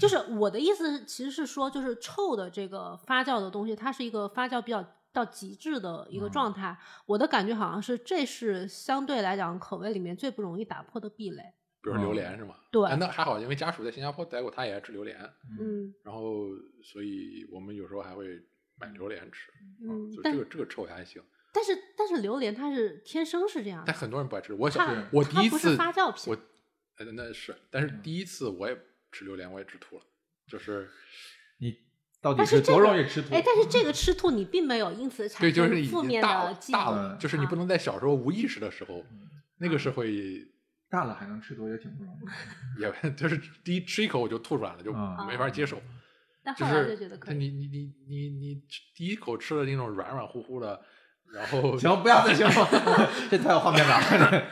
[SPEAKER 2] 就是 我的意思是，其实是说，就是臭的这个发酵的东西，它是一个发酵比较到极致的一个
[SPEAKER 1] 嗯
[SPEAKER 2] 状态。我的感觉好像是，这是相对来讲口味里面最不容易打破的壁垒。
[SPEAKER 3] 比如说榴
[SPEAKER 1] 嗯
[SPEAKER 3] 莲是吗？
[SPEAKER 2] 对
[SPEAKER 3] 啊那还好，因为家属在新加坡待过，他也爱吃榴莲，
[SPEAKER 2] 嗯
[SPEAKER 3] 然后所以我们有时候还会买榴莲吃。
[SPEAKER 2] 嗯
[SPEAKER 3] 哦就，
[SPEAKER 2] 但
[SPEAKER 3] 这个这个臭也还行，
[SPEAKER 2] 但是但是榴莲它是天生是这样的
[SPEAKER 3] 但，很多人不爱吃。我小
[SPEAKER 2] 它
[SPEAKER 3] 我
[SPEAKER 2] 啊它
[SPEAKER 3] 第一
[SPEAKER 2] 不
[SPEAKER 3] 次
[SPEAKER 2] 是发酵品
[SPEAKER 3] 我，呃那是，但
[SPEAKER 4] 嗯
[SPEAKER 3] 是第一次我也吃榴莲，我也吃吐了，就是
[SPEAKER 1] 你到底
[SPEAKER 2] 但是
[SPEAKER 1] 是
[SPEAKER 2] 这
[SPEAKER 1] 多
[SPEAKER 2] 个
[SPEAKER 1] 容易吃土？
[SPEAKER 2] 哎，但是这个吃吐你并没有因此产
[SPEAKER 3] 对，就
[SPEAKER 2] 生
[SPEAKER 3] 是已
[SPEAKER 2] 负
[SPEAKER 3] 经
[SPEAKER 2] 面
[SPEAKER 3] 大
[SPEAKER 2] 的
[SPEAKER 3] 了
[SPEAKER 2] 记忆，
[SPEAKER 3] 大
[SPEAKER 4] 嗯
[SPEAKER 3] 了，就是你
[SPEAKER 2] 啊
[SPEAKER 3] 不能在小时候无意识的时候，那个是会
[SPEAKER 1] 大了还能吃多也挺不容易的。
[SPEAKER 3] 也就是第一吃一口我就吐出来了，就
[SPEAKER 1] 啊
[SPEAKER 3] 没法接受。
[SPEAKER 2] 但
[SPEAKER 3] 就
[SPEAKER 2] 后来
[SPEAKER 3] 是
[SPEAKER 2] 就觉得可
[SPEAKER 3] 它
[SPEAKER 2] 以。
[SPEAKER 3] 你你你你你吃第一口吃的那种软软乎乎的 然后
[SPEAKER 4] 行，不要再形容了，这太有画面感 了。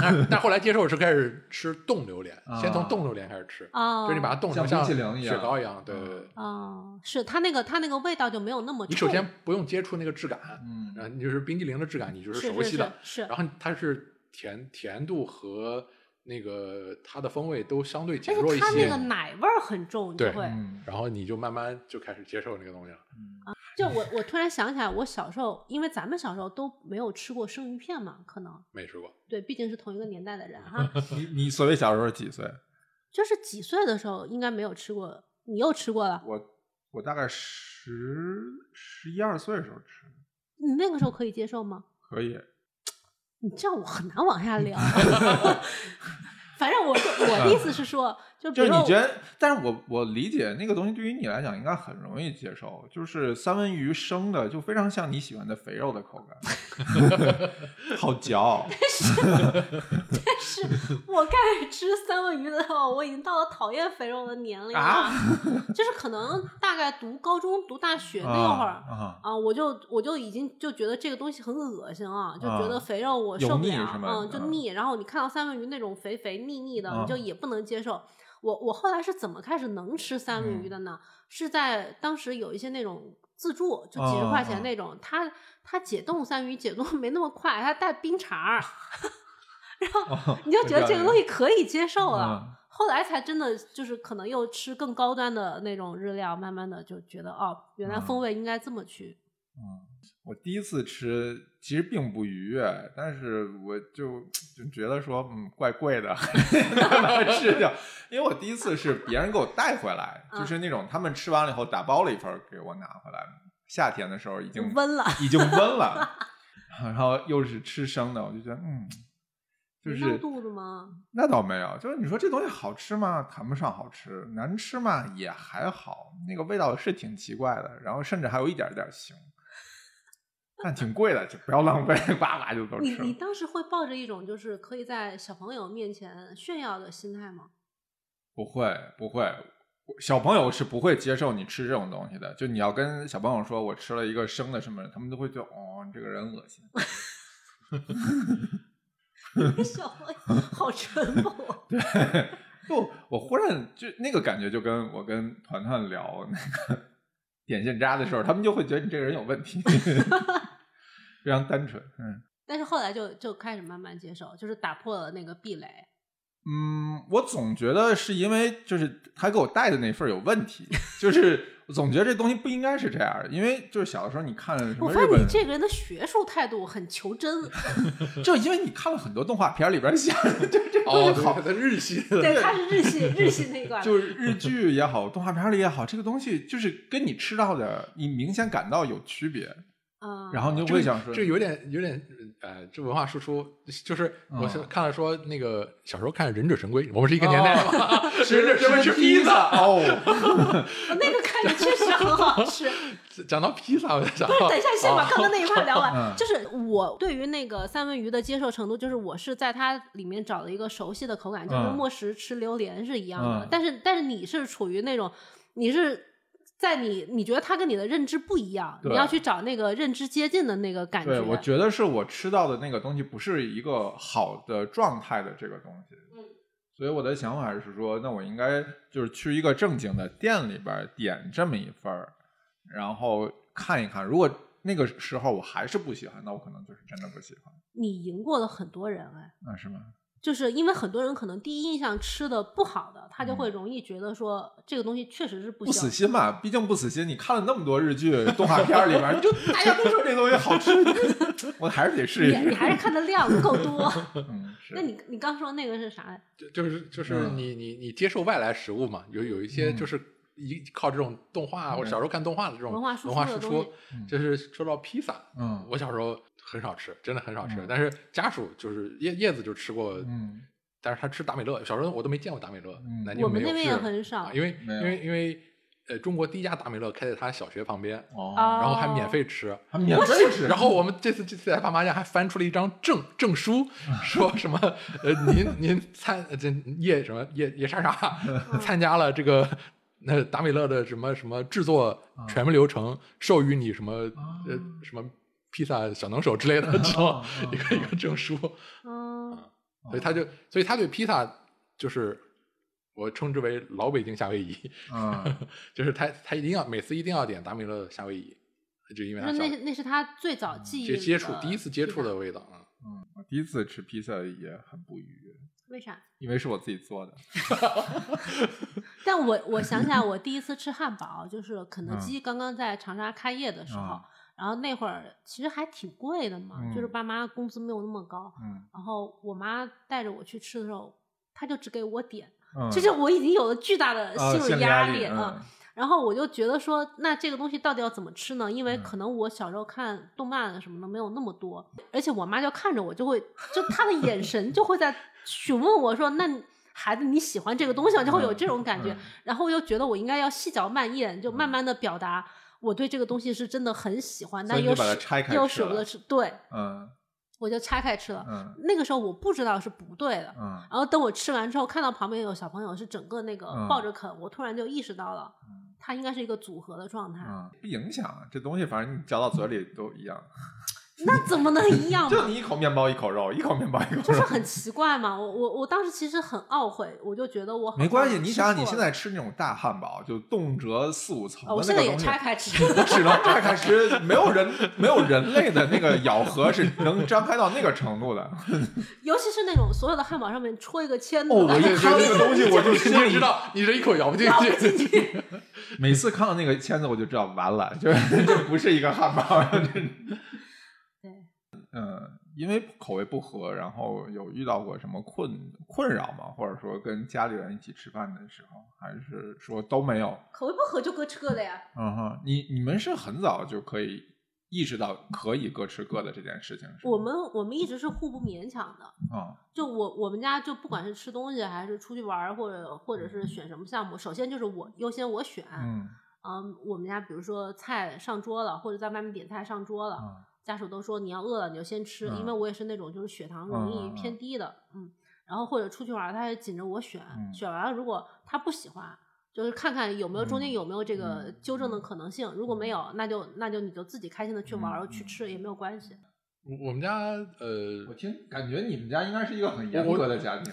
[SPEAKER 3] 但但后来接受是开始吃冻榴莲，
[SPEAKER 4] 啊
[SPEAKER 3] 先从冻榴莲开始吃，
[SPEAKER 2] 啊，
[SPEAKER 3] 就是你把它冻成
[SPEAKER 4] 像
[SPEAKER 3] 像
[SPEAKER 4] 冰淇淋一样
[SPEAKER 3] 雪糕一样，对对对。
[SPEAKER 2] 啊，是它那个它那个味道就没有那么
[SPEAKER 3] 你首
[SPEAKER 2] 冲
[SPEAKER 3] 先不用接触那个质感，
[SPEAKER 4] 嗯
[SPEAKER 3] 然后你就是冰激凌的质感，你就是
[SPEAKER 2] 是
[SPEAKER 3] 熟
[SPEAKER 2] 是
[SPEAKER 3] 悉的。呃
[SPEAKER 2] 是是
[SPEAKER 3] 然后它是甜甜度和那个它的风味都相对减
[SPEAKER 2] 但
[SPEAKER 3] 弱
[SPEAKER 2] 是哎
[SPEAKER 3] 一
[SPEAKER 2] 它那
[SPEAKER 3] 些
[SPEAKER 2] 个，奶味儿很重，你
[SPEAKER 3] 对
[SPEAKER 2] 会。
[SPEAKER 4] 嗯
[SPEAKER 3] 然后你就慢慢就开始接受那个东西了。
[SPEAKER 2] 就我我突然想起来，我小时候，因为咱们小时候都没有吃过生鱼片嘛，可能
[SPEAKER 3] 没吃 过，
[SPEAKER 2] 对，毕竟是同一个年代的人哈，
[SPEAKER 1] 你你所谓小时候是几岁？
[SPEAKER 2] 就是几岁的时候应该没有吃过，你又吃过了，
[SPEAKER 1] 我我大概十十一二岁的时候吃，
[SPEAKER 2] 你那个时候可以接受吗？
[SPEAKER 1] 可以。
[SPEAKER 2] 你这样我很难 往下聊。 反正我就我的意思是说，就比
[SPEAKER 1] 就
[SPEAKER 2] 如
[SPEAKER 1] 是你
[SPEAKER 2] 说
[SPEAKER 1] 觉得，但是我我理解那个东西对于你来讲应该很容易接受，就是三文鱼生的就非常像你喜欢的肥肉的口感， 好 嚼。
[SPEAKER 2] 是我开始吃三文鱼的时候，我已经到了讨厌肥肉的年龄了，
[SPEAKER 1] 啊
[SPEAKER 2] 就是可能大概读高中、读大学那会儿。
[SPEAKER 1] 啊啊，
[SPEAKER 2] 啊，我就我就已经就觉得这个东西很恶心啊，就觉
[SPEAKER 1] 啊
[SPEAKER 2] 得肥肉我
[SPEAKER 1] 油
[SPEAKER 2] 受不
[SPEAKER 1] 腻
[SPEAKER 2] 了，
[SPEAKER 1] 是吗
[SPEAKER 2] 嗯，就
[SPEAKER 1] 嗯
[SPEAKER 2] 腻。然后你看到三文鱼那种肥肥腻腻的，
[SPEAKER 1] 啊
[SPEAKER 2] 你就也不能接受。我我后来是怎么开始能吃三
[SPEAKER 1] 嗯
[SPEAKER 2] 文鱼的呢？是在当时有一些那种自助，就几十
[SPEAKER 1] 啊
[SPEAKER 2] 块
[SPEAKER 1] 啊
[SPEAKER 2] 钱那种，它它解冻三文鱼解冻 没那么快，它带冰 碴儿，你就觉得这个东西可以接受了。
[SPEAKER 1] 嗯
[SPEAKER 2] 后来才真的就是可能又吃更高端的那种日料，慢慢的就觉得哦，
[SPEAKER 1] 嗯
[SPEAKER 2] 原来风味应该这么去。
[SPEAKER 1] 我第一次吃其实并不愉悦，但是我就就觉得说，嗯，怪贵的， 慢慢吃掉。因为我第一次是别人给我带回来，
[SPEAKER 2] 嗯
[SPEAKER 1] 就是那种他们吃完了以后打包了一份儿给我拿回来，夏天的时候已经
[SPEAKER 2] 温了，
[SPEAKER 1] 已经温了， 然后又是吃生的，我就觉得嗯，就
[SPEAKER 2] 没闹
[SPEAKER 1] 是
[SPEAKER 2] 肚子吗？
[SPEAKER 1] 那倒没有，就是你说这东西好吃吗？谈不上好吃，难吃嘛也还好，那个味道是挺奇怪的，然后甚至还有一点点腥，但挺贵的，就不要浪费， 呱呱就都
[SPEAKER 2] 你
[SPEAKER 1] 吃
[SPEAKER 2] 你
[SPEAKER 1] 了。
[SPEAKER 2] 当时会抱着一种就是可以在小朋友面前炫耀的心 态吗？
[SPEAKER 1] 不会不会，小朋友是不会接受你吃这种东西的，就你要跟小朋友说我吃了一个生的什么，他们都会觉得哦你这个人恶心。
[SPEAKER 2] 小朋友好淳朴，啊
[SPEAKER 1] 就我忽然就那个感觉，就跟我跟团团聊那个 点线扎的
[SPEAKER 2] 嗯
[SPEAKER 1] 时候，他们就会觉得你这个人有问 题，非常单纯。嗯
[SPEAKER 2] 但是后来就就开始慢慢接受，就是打破了那个壁垒。
[SPEAKER 1] 嗯，我总觉得是因为就是他给我带的那份儿有问题，就是我总觉得这东西不应该是这样的，因为就是小的时候你看什
[SPEAKER 2] 我
[SPEAKER 1] 么
[SPEAKER 2] 发
[SPEAKER 1] 日
[SPEAKER 2] 现
[SPEAKER 1] 本
[SPEAKER 2] 你，这个人的学术态度很 求真，
[SPEAKER 1] 就因为你看了很多动画片儿里边儿像，就是这东
[SPEAKER 3] 哦，
[SPEAKER 1] 西好
[SPEAKER 3] 对，它日系的，
[SPEAKER 2] 对，他是日系日系那一挂的，
[SPEAKER 1] 就是日剧也好，动画片儿里也好，这个东西就是跟你吃到的，你明显感到有区别，
[SPEAKER 2] 嗯，
[SPEAKER 1] 然后你就
[SPEAKER 3] 这
[SPEAKER 1] 会想说，
[SPEAKER 3] 这有点有点呃，这文化输出就是我是
[SPEAKER 1] 嗯
[SPEAKER 3] 看了说那个小时候看《忍者神龟》，我们是一个年代的 嘛，
[SPEAKER 1] 吃
[SPEAKER 3] 忍者神龟吃披萨。
[SPEAKER 1] 哦，
[SPEAKER 2] 哦那个看着确实很好吃。
[SPEAKER 3] 讲到披萨，我就想
[SPEAKER 2] 不是，
[SPEAKER 3] 到，
[SPEAKER 2] 等一下，先把
[SPEAKER 3] 啊
[SPEAKER 2] 刚刚那一块聊完。
[SPEAKER 1] 嗯
[SPEAKER 2] 就是我对于那个三文鱼的接受程度，就是我是在它里面找了一个熟悉的口感，就跟
[SPEAKER 1] 嗯
[SPEAKER 2] 莫石吃榴莲是一样的。
[SPEAKER 1] 嗯
[SPEAKER 2] 但是，但是你是处于那种，你是在你你觉得它跟你的认知不一样，
[SPEAKER 1] 对
[SPEAKER 2] 你要去找那个认知接近的那个感
[SPEAKER 1] 对，
[SPEAKER 2] 觉。
[SPEAKER 1] 我觉得是我吃到的那个东西不是一个好的状态的这个东西，
[SPEAKER 2] 嗯
[SPEAKER 1] 所以我的想法是说，那我应该就是去一个正经的店里边儿点这么一份儿，然后看一看，如果那个时候我还是不喜欢，那我可能就是真的不喜欢，
[SPEAKER 2] 你赢过了很多人哎。
[SPEAKER 1] 那是吗？
[SPEAKER 2] 就是因为很多人可能第一印象吃的不好的，他就
[SPEAKER 1] 嗯
[SPEAKER 2] 会容易觉得说这个东西确实是不
[SPEAKER 1] 不
[SPEAKER 2] 行
[SPEAKER 1] 死。心嘛，毕竟不死心。你看了那么多日剧、动画片儿里边儿，你 就大家都说这东西好吃， 我还是得试一
[SPEAKER 2] 你你
[SPEAKER 1] 试。
[SPEAKER 2] 还是看的量不够 多。
[SPEAKER 1] 嗯，是
[SPEAKER 2] 那你你刚说那个是啥来？
[SPEAKER 3] 就就是就是
[SPEAKER 1] 嗯
[SPEAKER 3] 你你你接受外来食物嘛，有有一些
[SPEAKER 1] 嗯
[SPEAKER 3] 就是一靠这种动画，我小时候看动画的这种
[SPEAKER 2] 文化输出
[SPEAKER 3] 文化
[SPEAKER 2] 的
[SPEAKER 3] 输
[SPEAKER 2] 东
[SPEAKER 3] 出
[SPEAKER 2] 西，
[SPEAKER 3] 就是说到披萨，
[SPEAKER 1] 嗯
[SPEAKER 3] 我小时候很少吃，真的很少吃
[SPEAKER 1] 嗯，
[SPEAKER 3] 但是家属就是叶叶子就吃过，
[SPEAKER 1] 嗯
[SPEAKER 3] 但是他吃达美乐，小时候我都没见过达美乐
[SPEAKER 1] 嗯，
[SPEAKER 3] 南
[SPEAKER 2] 我们
[SPEAKER 3] 京没
[SPEAKER 2] 那
[SPEAKER 3] 有
[SPEAKER 2] 边也
[SPEAKER 3] 是
[SPEAKER 2] 很少
[SPEAKER 3] 啊，因为
[SPEAKER 1] 没有
[SPEAKER 3] 因为因为呃中国第一家达美乐开在他小学旁边，
[SPEAKER 1] 哦，
[SPEAKER 2] 啊
[SPEAKER 3] 然后还免费吃，
[SPEAKER 1] 还免费吃，
[SPEAKER 3] 然后我们这次这次来爸妈家还翻出了一张证证书，说什么呃您您参呃这叶什么叶叶莎莎参加了这个那达美乐的什么什么制作全部流程，授予你什么呃什么。披萨小能手之类的这种一个一个证书，
[SPEAKER 2] 嗯，
[SPEAKER 3] 所以他就所以他对披萨就是我称之为老北京夏威夷，
[SPEAKER 1] 嗯，
[SPEAKER 3] 就是他他一定要每次一定要点达米勒夏威夷，就因为
[SPEAKER 2] 那
[SPEAKER 3] 他小
[SPEAKER 2] 那那是他最早记忆
[SPEAKER 3] 接
[SPEAKER 2] 里
[SPEAKER 3] 接触
[SPEAKER 2] 的
[SPEAKER 3] 第一次接
[SPEAKER 2] 地
[SPEAKER 3] 触的
[SPEAKER 2] 方，
[SPEAKER 3] 味道啊。嗯
[SPEAKER 1] 我第一次吃披萨也很不愉悦，
[SPEAKER 2] 为啥？
[SPEAKER 1] 因为是我自己做的。
[SPEAKER 2] 但我我想起来，我第一次吃汉堡就是肯德
[SPEAKER 3] 嗯
[SPEAKER 2] 基刚刚在长沙开业的时候，
[SPEAKER 1] 嗯
[SPEAKER 2] 然后那会儿其实还挺贵的嘛，
[SPEAKER 1] 嗯
[SPEAKER 2] 就是爸妈工资没有那么高，
[SPEAKER 1] 嗯，
[SPEAKER 2] 然后我妈带着我去吃的时候，她就只给我点，
[SPEAKER 1] 嗯
[SPEAKER 2] 就是我已经有了巨大的
[SPEAKER 1] 啊
[SPEAKER 2] 心
[SPEAKER 1] 心理
[SPEAKER 2] 理压
[SPEAKER 1] 压力
[SPEAKER 2] 啊。
[SPEAKER 1] 嗯
[SPEAKER 2] 然后我就觉得说，那这个东西到底要怎么吃呢？因为
[SPEAKER 1] 嗯
[SPEAKER 2] 可能我小时候看动漫什么的没有那么多，而且我妈就看着我，就会就她的眼神就会在询问我说：“那你孩子你喜欢这个东西吗？”就会有这种感觉。
[SPEAKER 1] 嗯
[SPEAKER 2] 然后我就觉得我应该要细嚼慢咽，就慢慢的表达我对这个东西是真的很喜欢，
[SPEAKER 1] 所
[SPEAKER 2] 但
[SPEAKER 1] 以
[SPEAKER 2] 又
[SPEAKER 1] 你就把它
[SPEAKER 2] 舍
[SPEAKER 1] 拆开
[SPEAKER 2] 又
[SPEAKER 1] 吃
[SPEAKER 2] 舍不
[SPEAKER 1] 了
[SPEAKER 2] 得吃。对，
[SPEAKER 1] 嗯
[SPEAKER 2] 我就拆开吃了。
[SPEAKER 1] 嗯
[SPEAKER 2] 那个时候我不知道是不对的，
[SPEAKER 1] 嗯，
[SPEAKER 2] 然后等我吃完之后，看到旁边有小朋友是整个那个
[SPEAKER 1] 嗯
[SPEAKER 2] 抱着啃，我突然就意识到了
[SPEAKER 1] 嗯，
[SPEAKER 2] 它应该是一个组合的状态。
[SPEAKER 1] 嗯，不影响这东西，反正你嚼到嘴里都一样，
[SPEAKER 2] 那怎么能 一样
[SPEAKER 1] 就
[SPEAKER 2] 嘛？
[SPEAKER 1] 你一口面包一口肉，一口面包一口
[SPEAKER 2] 嗯就是
[SPEAKER 1] 肉。
[SPEAKER 2] 很奇怪嘛。我我我当时其实很懊悔，我就觉得我好像
[SPEAKER 1] 没关系，你
[SPEAKER 2] 吃
[SPEAKER 1] 想想，
[SPEAKER 2] 错
[SPEAKER 1] 你现
[SPEAKER 2] 了
[SPEAKER 1] 在吃那种大汉堡，就动辄四五层
[SPEAKER 2] 哦我
[SPEAKER 1] 的
[SPEAKER 2] 现
[SPEAKER 1] 那个
[SPEAKER 2] 在也
[SPEAKER 1] 东西，
[SPEAKER 2] 拆开吃，
[SPEAKER 1] 我只能拆开吃，没有人没有人类的那个咬合是能张开到那个程度的。
[SPEAKER 2] 尤其是那种所有的汉堡上面戳一个签子，
[SPEAKER 1] 哦我一
[SPEAKER 3] 对
[SPEAKER 1] 看
[SPEAKER 3] 对
[SPEAKER 1] 那个东西我就
[SPEAKER 3] 肯
[SPEAKER 1] 心
[SPEAKER 3] 定
[SPEAKER 1] 里
[SPEAKER 3] 知道，你这一口咬不进
[SPEAKER 2] 咬不
[SPEAKER 3] 去。
[SPEAKER 2] 进去。
[SPEAKER 1] 每次看到那个签字，我就知道完了，就是 这不是一个汉堡。
[SPEAKER 2] 对，
[SPEAKER 1] 嗯，因为口味不合，然后有遇到过什么困困扰吗？或者说跟家里人一起吃饭的时候，还是说都没有？
[SPEAKER 2] 口味不合就各吃各的呀。
[SPEAKER 1] 嗯哼，你你们是很早就可以意识到可以各吃各的这件事情，是吗
[SPEAKER 2] 我们我们一直是互不勉强的，
[SPEAKER 1] 啊，
[SPEAKER 2] 就我我们家就不管是吃东西还是出去玩儿，或者或者是选什么项目，首先就是我优先我选。
[SPEAKER 1] 嗯
[SPEAKER 2] 嗯，我们家比如说菜上桌了，或者在外面点菜上桌了，
[SPEAKER 1] 嗯
[SPEAKER 2] 家属都说你要饿了你就先吃，因为
[SPEAKER 1] 嗯
[SPEAKER 2] 我也是那种就是血糖容易
[SPEAKER 1] 嗯嗯嗯
[SPEAKER 2] 偏低的，嗯然后或者出去玩儿，他也紧着我选，
[SPEAKER 1] 嗯
[SPEAKER 2] 选完了如果他不喜欢，就是看看有没有中间
[SPEAKER 1] 嗯
[SPEAKER 2] 有没有这个
[SPEAKER 1] 嗯
[SPEAKER 2] 纠正的可能性，如果没有，那就那就你就自己开心的去玩儿、
[SPEAKER 1] 嗯
[SPEAKER 2] 去
[SPEAKER 1] 嗯
[SPEAKER 2] 吃也没有关系。
[SPEAKER 3] 我们家呃
[SPEAKER 1] 我，听感觉你们家应该是一个很严
[SPEAKER 3] 我
[SPEAKER 1] 格的家庭，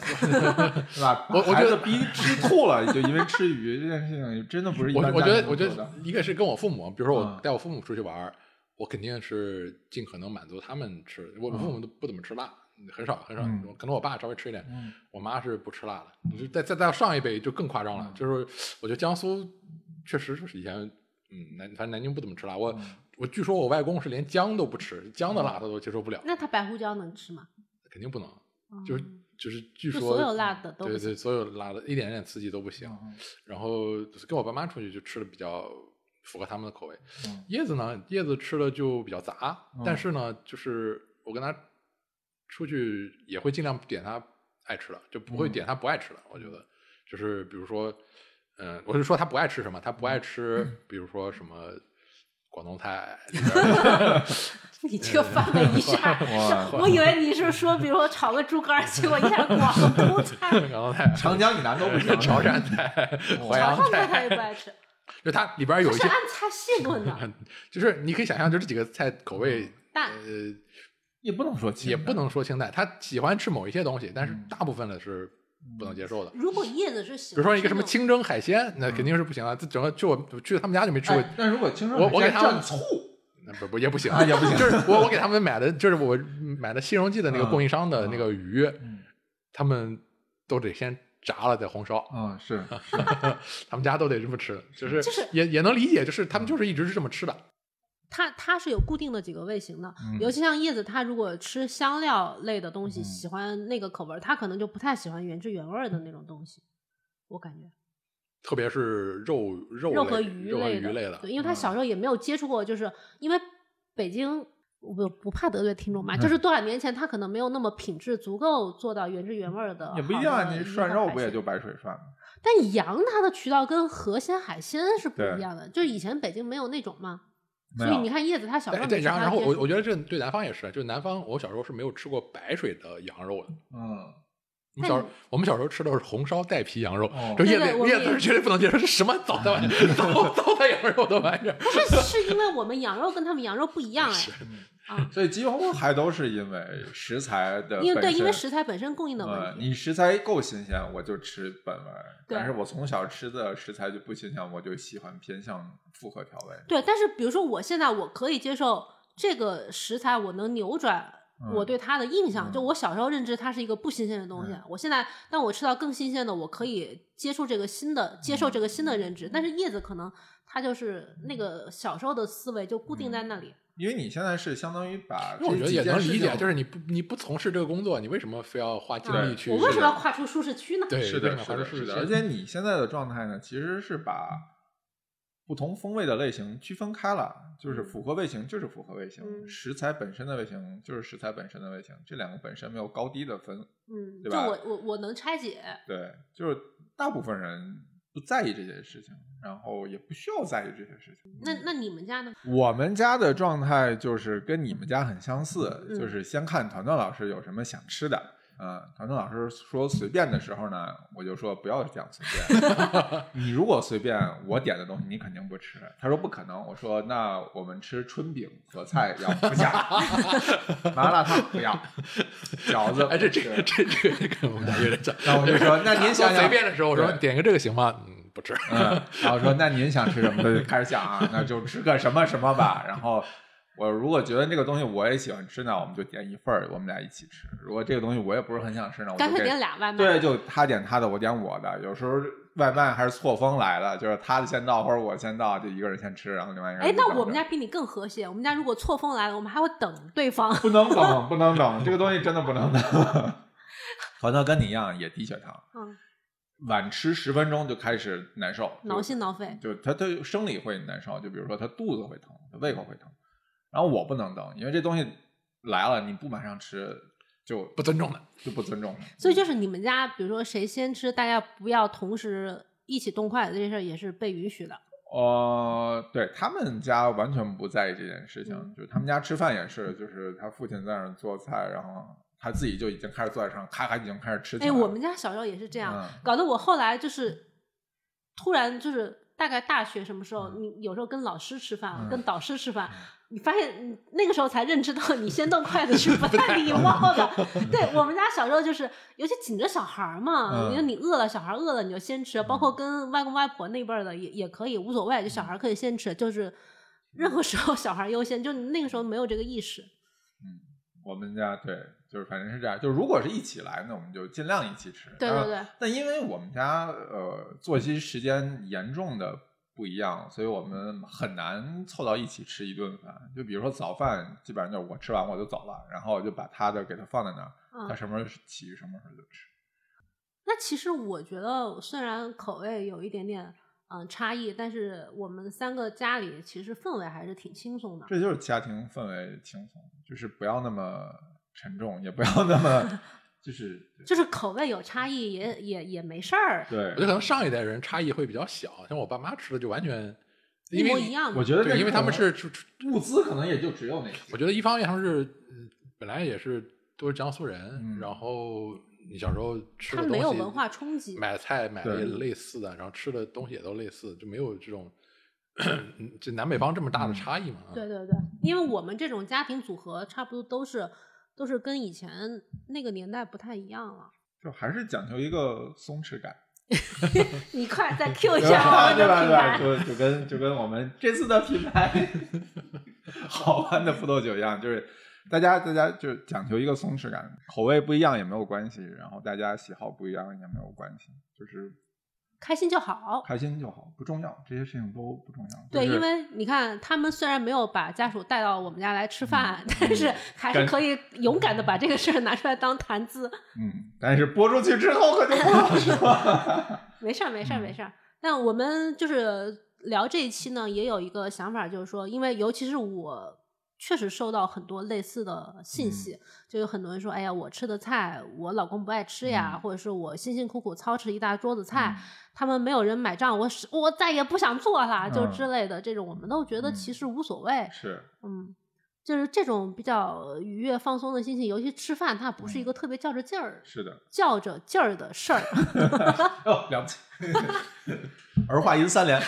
[SPEAKER 1] 是吧？
[SPEAKER 3] 我我
[SPEAKER 1] 把孩
[SPEAKER 3] 觉
[SPEAKER 1] 子
[SPEAKER 3] 得
[SPEAKER 1] 逼吃吐了，就因为吃鱼这件事情，真的不是一
[SPEAKER 3] 我
[SPEAKER 1] 般
[SPEAKER 3] 我
[SPEAKER 1] 家庭
[SPEAKER 3] 觉得
[SPEAKER 1] 能
[SPEAKER 3] 我觉
[SPEAKER 1] 做
[SPEAKER 3] 得
[SPEAKER 1] 的
[SPEAKER 3] 一个是跟我父母，比如说我
[SPEAKER 1] 嗯
[SPEAKER 3] 带我父母出去玩儿，我肯定是尽可能满足他们吃。我我
[SPEAKER 1] 嗯
[SPEAKER 3] 父母都不怎么吃辣，很少很少
[SPEAKER 1] 嗯，
[SPEAKER 3] 可能我爸稍微吃一点，
[SPEAKER 1] 嗯
[SPEAKER 3] 我妈是不吃辣的。就再再到上一辈就更夸张了
[SPEAKER 1] 嗯，
[SPEAKER 3] 就是我觉得江苏确实是以前嗯南反正南京不怎么吃辣，我
[SPEAKER 1] 嗯
[SPEAKER 3] 我据说我外公是连姜都不吃，姜的辣他都接受不了，
[SPEAKER 2] 那他白胡椒能吃吗？
[SPEAKER 3] 肯定不能。就是
[SPEAKER 2] 嗯
[SPEAKER 3] 就是据
[SPEAKER 2] 就
[SPEAKER 3] 说
[SPEAKER 2] 所有辣的都不
[SPEAKER 3] 对
[SPEAKER 2] 行嗯
[SPEAKER 3] 对，所有辣的一点点刺激都不行。
[SPEAKER 1] 嗯
[SPEAKER 3] 然后跟我爸妈出去就吃的比较符合他们的口味。
[SPEAKER 1] 嗯
[SPEAKER 3] 叶子呢，叶子吃的就比较杂，
[SPEAKER 1] 嗯
[SPEAKER 3] 但是呢，就是我跟他出去也会尽量点他爱吃的，就不会
[SPEAKER 1] 嗯
[SPEAKER 3] 点他不爱吃的。我觉得就是比如说，嗯，我是说他不爱吃什么，他
[SPEAKER 2] 嗯
[SPEAKER 3] 不爱吃，比如说什么广东 菜里边儿
[SPEAKER 2] 你这个翻了一下，
[SPEAKER 1] 嗯
[SPEAKER 2] 是 我以为你是说，比如说炒个猪肝儿，结果一 下广东菜、
[SPEAKER 3] 广东菜、
[SPEAKER 1] 长江以南都不行，
[SPEAKER 3] 潮汕菜、淮
[SPEAKER 2] 嗯潮
[SPEAKER 3] 扬
[SPEAKER 2] 汕菜
[SPEAKER 3] 菜，
[SPEAKER 2] 他也不爱吃，
[SPEAKER 3] 就它里边儿有
[SPEAKER 2] 他
[SPEAKER 3] 一
[SPEAKER 2] 是
[SPEAKER 3] 些嗯
[SPEAKER 2] 按菜系论的。
[SPEAKER 3] 就是你可以想象，就这几个菜口味，
[SPEAKER 2] 但
[SPEAKER 3] 呃，
[SPEAKER 1] 也不能说清
[SPEAKER 3] 也
[SPEAKER 1] 淡
[SPEAKER 3] 不能说清淡。他喜欢吃某一些东西，但是
[SPEAKER 1] 嗯
[SPEAKER 3] 大部分的是不能接受的。
[SPEAKER 2] 如果叶子是喜
[SPEAKER 3] 比
[SPEAKER 2] 欢，
[SPEAKER 3] 如说一个什么，清蒸海鲜，那肯定是不行啊。这整个就我我去他们家就没吃过
[SPEAKER 1] 嗯哎，但如果清
[SPEAKER 3] 我
[SPEAKER 1] 水
[SPEAKER 3] 我给他
[SPEAKER 1] 蘸醋，
[SPEAKER 3] 那不不也不行
[SPEAKER 1] 啊也不行
[SPEAKER 3] 就是我我给他们买的，就是我买的《西荣记》的那个
[SPEAKER 1] 嗯
[SPEAKER 3] 供应商的那个鱼，
[SPEAKER 1] 嗯
[SPEAKER 3] 他们都得先炸了再红烧，
[SPEAKER 1] 啊 是
[SPEAKER 3] 他们家都得这么吃，就是
[SPEAKER 2] 就是
[SPEAKER 3] 也也能理解，就是
[SPEAKER 1] 嗯
[SPEAKER 3] 他们就是一直是这么吃的。
[SPEAKER 2] 它它是有固定的几个味型的。
[SPEAKER 1] 嗯
[SPEAKER 2] 尤其像叶子，它如果吃香料类的东西，
[SPEAKER 1] 嗯
[SPEAKER 2] 喜欢那个口味儿，它可能就不太喜欢原汁原味儿的那种东西。我感觉
[SPEAKER 3] 特别是肉肉
[SPEAKER 2] 肉
[SPEAKER 3] 类
[SPEAKER 2] 和鱼
[SPEAKER 3] 肉和
[SPEAKER 2] 类
[SPEAKER 3] 鱼
[SPEAKER 2] 的，
[SPEAKER 3] 类嗯的
[SPEAKER 2] 对，，因为他小时候也没有接触过，就是因为北京。我不不怕得罪听众
[SPEAKER 3] 嗯
[SPEAKER 2] 嘛，就是多少年前他可能没有那么品质足够做到原汁原味儿的，
[SPEAKER 1] 也不一样
[SPEAKER 2] 好
[SPEAKER 1] 啊，
[SPEAKER 2] 的
[SPEAKER 1] 你
[SPEAKER 2] 鱼
[SPEAKER 1] 涮
[SPEAKER 2] 和
[SPEAKER 1] 肉
[SPEAKER 2] 海
[SPEAKER 1] 不也
[SPEAKER 2] 鲜
[SPEAKER 1] 就白水涮吗？
[SPEAKER 2] 但羊它的渠道跟河鲜海鲜是不
[SPEAKER 1] 对
[SPEAKER 2] 一样的，就是以前北京没有那种嘛，
[SPEAKER 1] 没
[SPEAKER 2] 所以你
[SPEAKER 1] 有，
[SPEAKER 2] 看叶子他小时候
[SPEAKER 3] 哎对
[SPEAKER 2] 没
[SPEAKER 3] 对，
[SPEAKER 2] 吃
[SPEAKER 3] 然后
[SPEAKER 2] 它
[SPEAKER 3] 然后
[SPEAKER 2] 接
[SPEAKER 3] 我
[SPEAKER 2] 触
[SPEAKER 3] 我觉得这对南方也是，就南方我小时候是没有吃过白水的羊肉的，
[SPEAKER 1] 嗯
[SPEAKER 3] 我们小时候我们小时候吃的是红烧带皮羊肉
[SPEAKER 4] 哦，
[SPEAKER 3] 这叶
[SPEAKER 2] 对对
[SPEAKER 3] 子
[SPEAKER 2] 我们
[SPEAKER 3] 叶子是绝对不能接受，这什么糟的
[SPEAKER 1] 嗯
[SPEAKER 3] 玩意儿，糟糟的羊肉的玩意儿。
[SPEAKER 2] 不是 是因为我们羊肉跟他们羊肉不一样哎，
[SPEAKER 1] 所以几乎还都是因为食材的
[SPEAKER 2] 哎因为
[SPEAKER 1] 本
[SPEAKER 2] 对，因为
[SPEAKER 1] 身
[SPEAKER 2] 食材本身供应的
[SPEAKER 1] 呃
[SPEAKER 2] 问，题。
[SPEAKER 1] 你食材够新鲜，我就吃本味儿；
[SPEAKER 2] 对
[SPEAKER 1] 但是我从小吃的食材就不新鲜，我就喜欢偏向复合调味。
[SPEAKER 2] 对，但是比如说我现在我可以接受这个食材，我能扭转我对它的印
[SPEAKER 1] 嗯
[SPEAKER 2] 象。就我小时候认知它是一个不新鲜的东西，我现在当我吃到更新鲜的，我可以接受这个新的，接
[SPEAKER 1] 嗯
[SPEAKER 2] 受这个新的认知。但是叶子可能它就是那个小时候的思维就固定在那里。
[SPEAKER 1] 因为你现在是相当于把
[SPEAKER 3] 因为我
[SPEAKER 1] 这
[SPEAKER 3] 觉得
[SPEAKER 1] 几
[SPEAKER 3] 也
[SPEAKER 1] 件
[SPEAKER 3] 能
[SPEAKER 1] 事
[SPEAKER 3] 理解，
[SPEAKER 1] 情
[SPEAKER 3] 就是你不你不从事这个工作，你为什么非要花精力
[SPEAKER 1] 对
[SPEAKER 2] 嗯
[SPEAKER 3] 去？
[SPEAKER 2] 我为什么要跨出舒适区呢？
[SPEAKER 3] 对
[SPEAKER 1] 是
[SPEAKER 3] 为
[SPEAKER 1] 的，
[SPEAKER 3] 什么
[SPEAKER 1] 是
[SPEAKER 3] 还
[SPEAKER 1] 的，
[SPEAKER 3] 是
[SPEAKER 1] 是的。
[SPEAKER 3] 是
[SPEAKER 1] 而且你现在的状态呢，其实是把不同风味的类型区分开了，就是
[SPEAKER 2] 嗯
[SPEAKER 1] 符合味型就是符合味型，
[SPEAKER 2] 嗯
[SPEAKER 1] 食材本身的味型就是食材本身的味型，这两个本身没有高低的分。
[SPEAKER 2] 嗯，
[SPEAKER 1] 对
[SPEAKER 2] 就
[SPEAKER 1] 吧
[SPEAKER 2] 我我我能拆解，
[SPEAKER 1] 对，就是大部分人不在意这些事情，然后也不需要在意这些事情。
[SPEAKER 2] 那那你们家呢？
[SPEAKER 1] 我们家的状态就是跟你们家很相似，
[SPEAKER 2] 嗯
[SPEAKER 1] 就是先看团团老师有什么想吃的。嗯，团团老师说随便的时候呢，我就说不要讲随便。你如果随便，我点的东西你肯定不吃。他说不可能，我说那我们吃春饼和菜要不下，麻辣烫不要，饺子
[SPEAKER 3] 哎，
[SPEAKER 1] 不
[SPEAKER 3] 这这
[SPEAKER 1] 吃
[SPEAKER 3] 这这这跟我们家有点像。
[SPEAKER 1] 然后我就说那您想
[SPEAKER 3] 他
[SPEAKER 1] 想
[SPEAKER 3] 随便的时 候，我说
[SPEAKER 1] 对
[SPEAKER 3] 点个这个行吗？嗯，不吃。
[SPEAKER 1] 嗯，然后说那您想吃什么，他就开始想啊，那就吃个什么什么吧。然后我如果觉得这个东西我也喜欢吃呢，我们就点一份儿，我们俩一起吃。如果这个东西我也不是很想吃呢，我
[SPEAKER 2] 干
[SPEAKER 1] 就
[SPEAKER 2] 脆
[SPEAKER 1] 给
[SPEAKER 2] 点俩外卖。
[SPEAKER 1] 对，就他点他的，我点我的。有时候外卖还是错峰来的，就是他的先到或者我先到，就一个人先吃，然后另外一个人
[SPEAKER 2] 哎，
[SPEAKER 1] 就等
[SPEAKER 2] 那
[SPEAKER 1] 着。
[SPEAKER 2] 我们家比你更和谐。我们家如果错峰来了，我们还会等对方。
[SPEAKER 1] 不能等，不能等，这个东西真的不能等。 团团跟你一样也低血糖，
[SPEAKER 2] 嗯，
[SPEAKER 1] 晚吃十分钟就开始难受，
[SPEAKER 2] 挠
[SPEAKER 1] 就
[SPEAKER 2] 心挠肺。
[SPEAKER 1] 就他他生理会难受，就比如说他肚子会疼，他胃口会疼。然后我不能等，因为这东西来了你不马上吃，就
[SPEAKER 3] 不尊重的，
[SPEAKER 1] 就不尊重了。
[SPEAKER 2] 所以就是你们家，比如说谁先吃，大家不要同时一起动筷子，这事儿也是被允许的。
[SPEAKER 1] 呃，对他们家完全不在意这件事情，
[SPEAKER 2] 嗯
[SPEAKER 1] 就是他们家吃饭也是，就是他父亲在那儿做菜，然后他自己就已经开始坐在上，咔咔已经开始吃起来
[SPEAKER 2] 哎，
[SPEAKER 1] 了。
[SPEAKER 2] 我们家小时候也是这样，
[SPEAKER 1] 嗯
[SPEAKER 2] 搞得我后来就是突然就是大概大学什么时候，你有时候跟老师吃饭啊，
[SPEAKER 1] 嗯
[SPEAKER 2] 跟导师吃饭，你发现你那个时候才认 知到，你先动筷子是不太礼貌的。对我们家小时候就是，尤其紧着小孩儿嘛，
[SPEAKER 1] 嗯
[SPEAKER 2] 你说你饿了，小孩儿饿了你就先吃，包括跟外公外婆那辈儿的也也可以，无所谓，就
[SPEAKER 1] 嗯
[SPEAKER 2] 小孩儿可以先吃，就是任何时候小孩儿优先，就那个时候没有这个意识。
[SPEAKER 1] 嗯我们家对，就是反正是这样，就如果是一起来呢，我们就尽量一起吃。
[SPEAKER 2] 对
[SPEAKER 1] 当
[SPEAKER 2] 对
[SPEAKER 1] 然
[SPEAKER 2] 对，
[SPEAKER 1] 但因为我们家呃作息时间严重的不一样，所以我们很难凑到一起吃一顿饭。就比如说早饭，基本上就是我吃完我就走了，然后我就把他的给他放在那儿，
[SPEAKER 2] 嗯
[SPEAKER 1] 他。什么时候起什么时候就吃。
[SPEAKER 2] 那其实我觉得，虽然口味有一点点嗯、呃差异，但是我们三个家里其实氛围还是挺轻松的。
[SPEAKER 1] 这就是家庭氛围轻松，就是不要那么沉重，也不要那么就是
[SPEAKER 2] 就是口味有差异也也也没事儿，
[SPEAKER 1] 对
[SPEAKER 3] 我觉得可能上一代人差异会比较小，像我爸妈吃的就完全
[SPEAKER 2] 一
[SPEAKER 3] 因为
[SPEAKER 2] 模一样嘛。
[SPEAKER 1] 我觉得这
[SPEAKER 3] 对，因为他们
[SPEAKER 1] 可能
[SPEAKER 3] 是出出
[SPEAKER 1] 物资可能也就只有那些。
[SPEAKER 3] 我觉得一方面他们是嗯本来也是都是江苏人，
[SPEAKER 1] 嗯
[SPEAKER 3] 然后你小时候吃
[SPEAKER 2] 他
[SPEAKER 3] 的
[SPEAKER 2] 们
[SPEAKER 3] 东西
[SPEAKER 2] 没有文化冲击。
[SPEAKER 3] 买菜买的
[SPEAKER 1] 对
[SPEAKER 3] 也类似的，然后吃的东西也都类似，就没有这种 这南北方这么
[SPEAKER 1] 嗯
[SPEAKER 3] 大的差异嘛？啊
[SPEAKER 2] 对对对，因为我们这种家庭组合差不多都是都是跟以前那个年代不太一样了。
[SPEAKER 1] 就还是讲究一个松弛感。
[SPEAKER 2] 你快再 Q 一
[SPEAKER 1] 对吧？
[SPEAKER 2] 下我们
[SPEAKER 1] 对吧？对吧？
[SPEAKER 2] 的品牌。
[SPEAKER 1] 就就跟就跟我们这次的品牌 好玩的葡萄酒一样，就是大家大家就讲求一个松弛感，口味不一样也没有关系，然后大家喜好不一样也没有关系，就是
[SPEAKER 2] 开心就好。
[SPEAKER 1] 开心就好，不重要，这些事情都不重要。
[SPEAKER 2] 对，
[SPEAKER 1] 就是
[SPEAKER 2] 因为你看，他们虽然没有把家属带到我们家来吃饭，但是还是
[SPEAKER 1] 嗯感
[SPEAKER 2] 可以勇敢的把这个事儿拿出来当谈资。
[SPEAKER 1] 嗯，但是播出去之后可就不好吃 了。
[SPEAKER 2] 没事儿，没事
[SPEAKER 1] 嗯
[SPEAKER 2] 儿，没事儿。那我们就是聊这一期呢，也有一个想法，就是说，因为尤其是我确实收到很多类似的
[SPEAKER 1] 嗯
[SPEAKER 2] 信息，就有很多人说：“哎呀，我吃的菜，我老公不爱吃呀，
[SPEAKER 1] 嗯
[SPEAKER 2] 或者是我辛辛苦苦操持一大桌子菜，他们没有人买账，我是我再也不想做了，就
[SPEAKER 1] 嗯
[SPEAKER 2] 之类的、这种，我们都觉得其实无所谓。
[SPEAKER 1] 是，
[SPEAKER 2] 嗯，就是这种比较愉悦放松的心情，尤其吃饭，它不是
[SPEAKER 1] 嗯
[SPEAKER 2] 一个特别较着劲儿、
[SPEAKER 1] 是的，
[SPEAKER 2] 较着劲儿 的事儿。
[SPEAKER 4] 哦，了不起，儿化音 三连，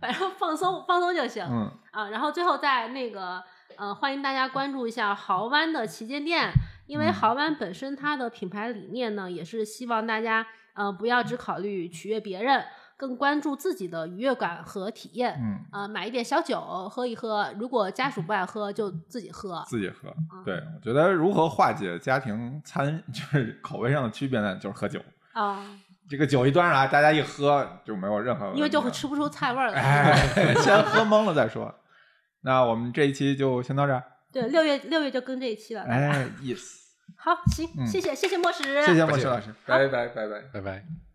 [SPEAKER 2] 反正放松放松就行、
[SPEAKER 1] 嗯，
[SPEAKER 2] 啊。然后最后在那个呃，欢迎大家关注一下豪湾的旗舰店，因为
[SPEAKER 1] 嗯
[SPEAKER 2] 豪湾本身它的品牌理念呢，也是希望大家呃不要只考虑取悦别人，更关注自己的愉悦感和体验。
[SPEAKER 1] 嗯，
[SPEAKER 2] 呃，买一点小酒喝一喝，如果家属不爱喝就自己喝。
[SPEAKER 1] 自己喝。
[SPEAKER 2] 嗯
[SPEAKER 1] 对，我觉得如何化解家庭餐 就是口味上的区别呢？就是喝酒。
[SPEAKER 2] 啊，
[SPEAKER 1] 这个酒一端上来，大家一喝就没有任何问题了，
[SPEAKER 2] 因为就会吃不出菜 味儿来。
[SPEAKER 1] 哎，先喝懵了再说。那我们这一期就先到这儿。
[SPEAKER 2] 对，六月六月就更这一期了。
[SPEAKER 1] 哎，yes，
[SPEAKER 2] 好，行，
[SPEAKER 1] 嗯
[SPEAKER 2] 谢谢谢谢莫石，
[SPEAKER 1] 谢谢莫石老师，拜拜拜拜。
[SPEAKER 3] 拜拜。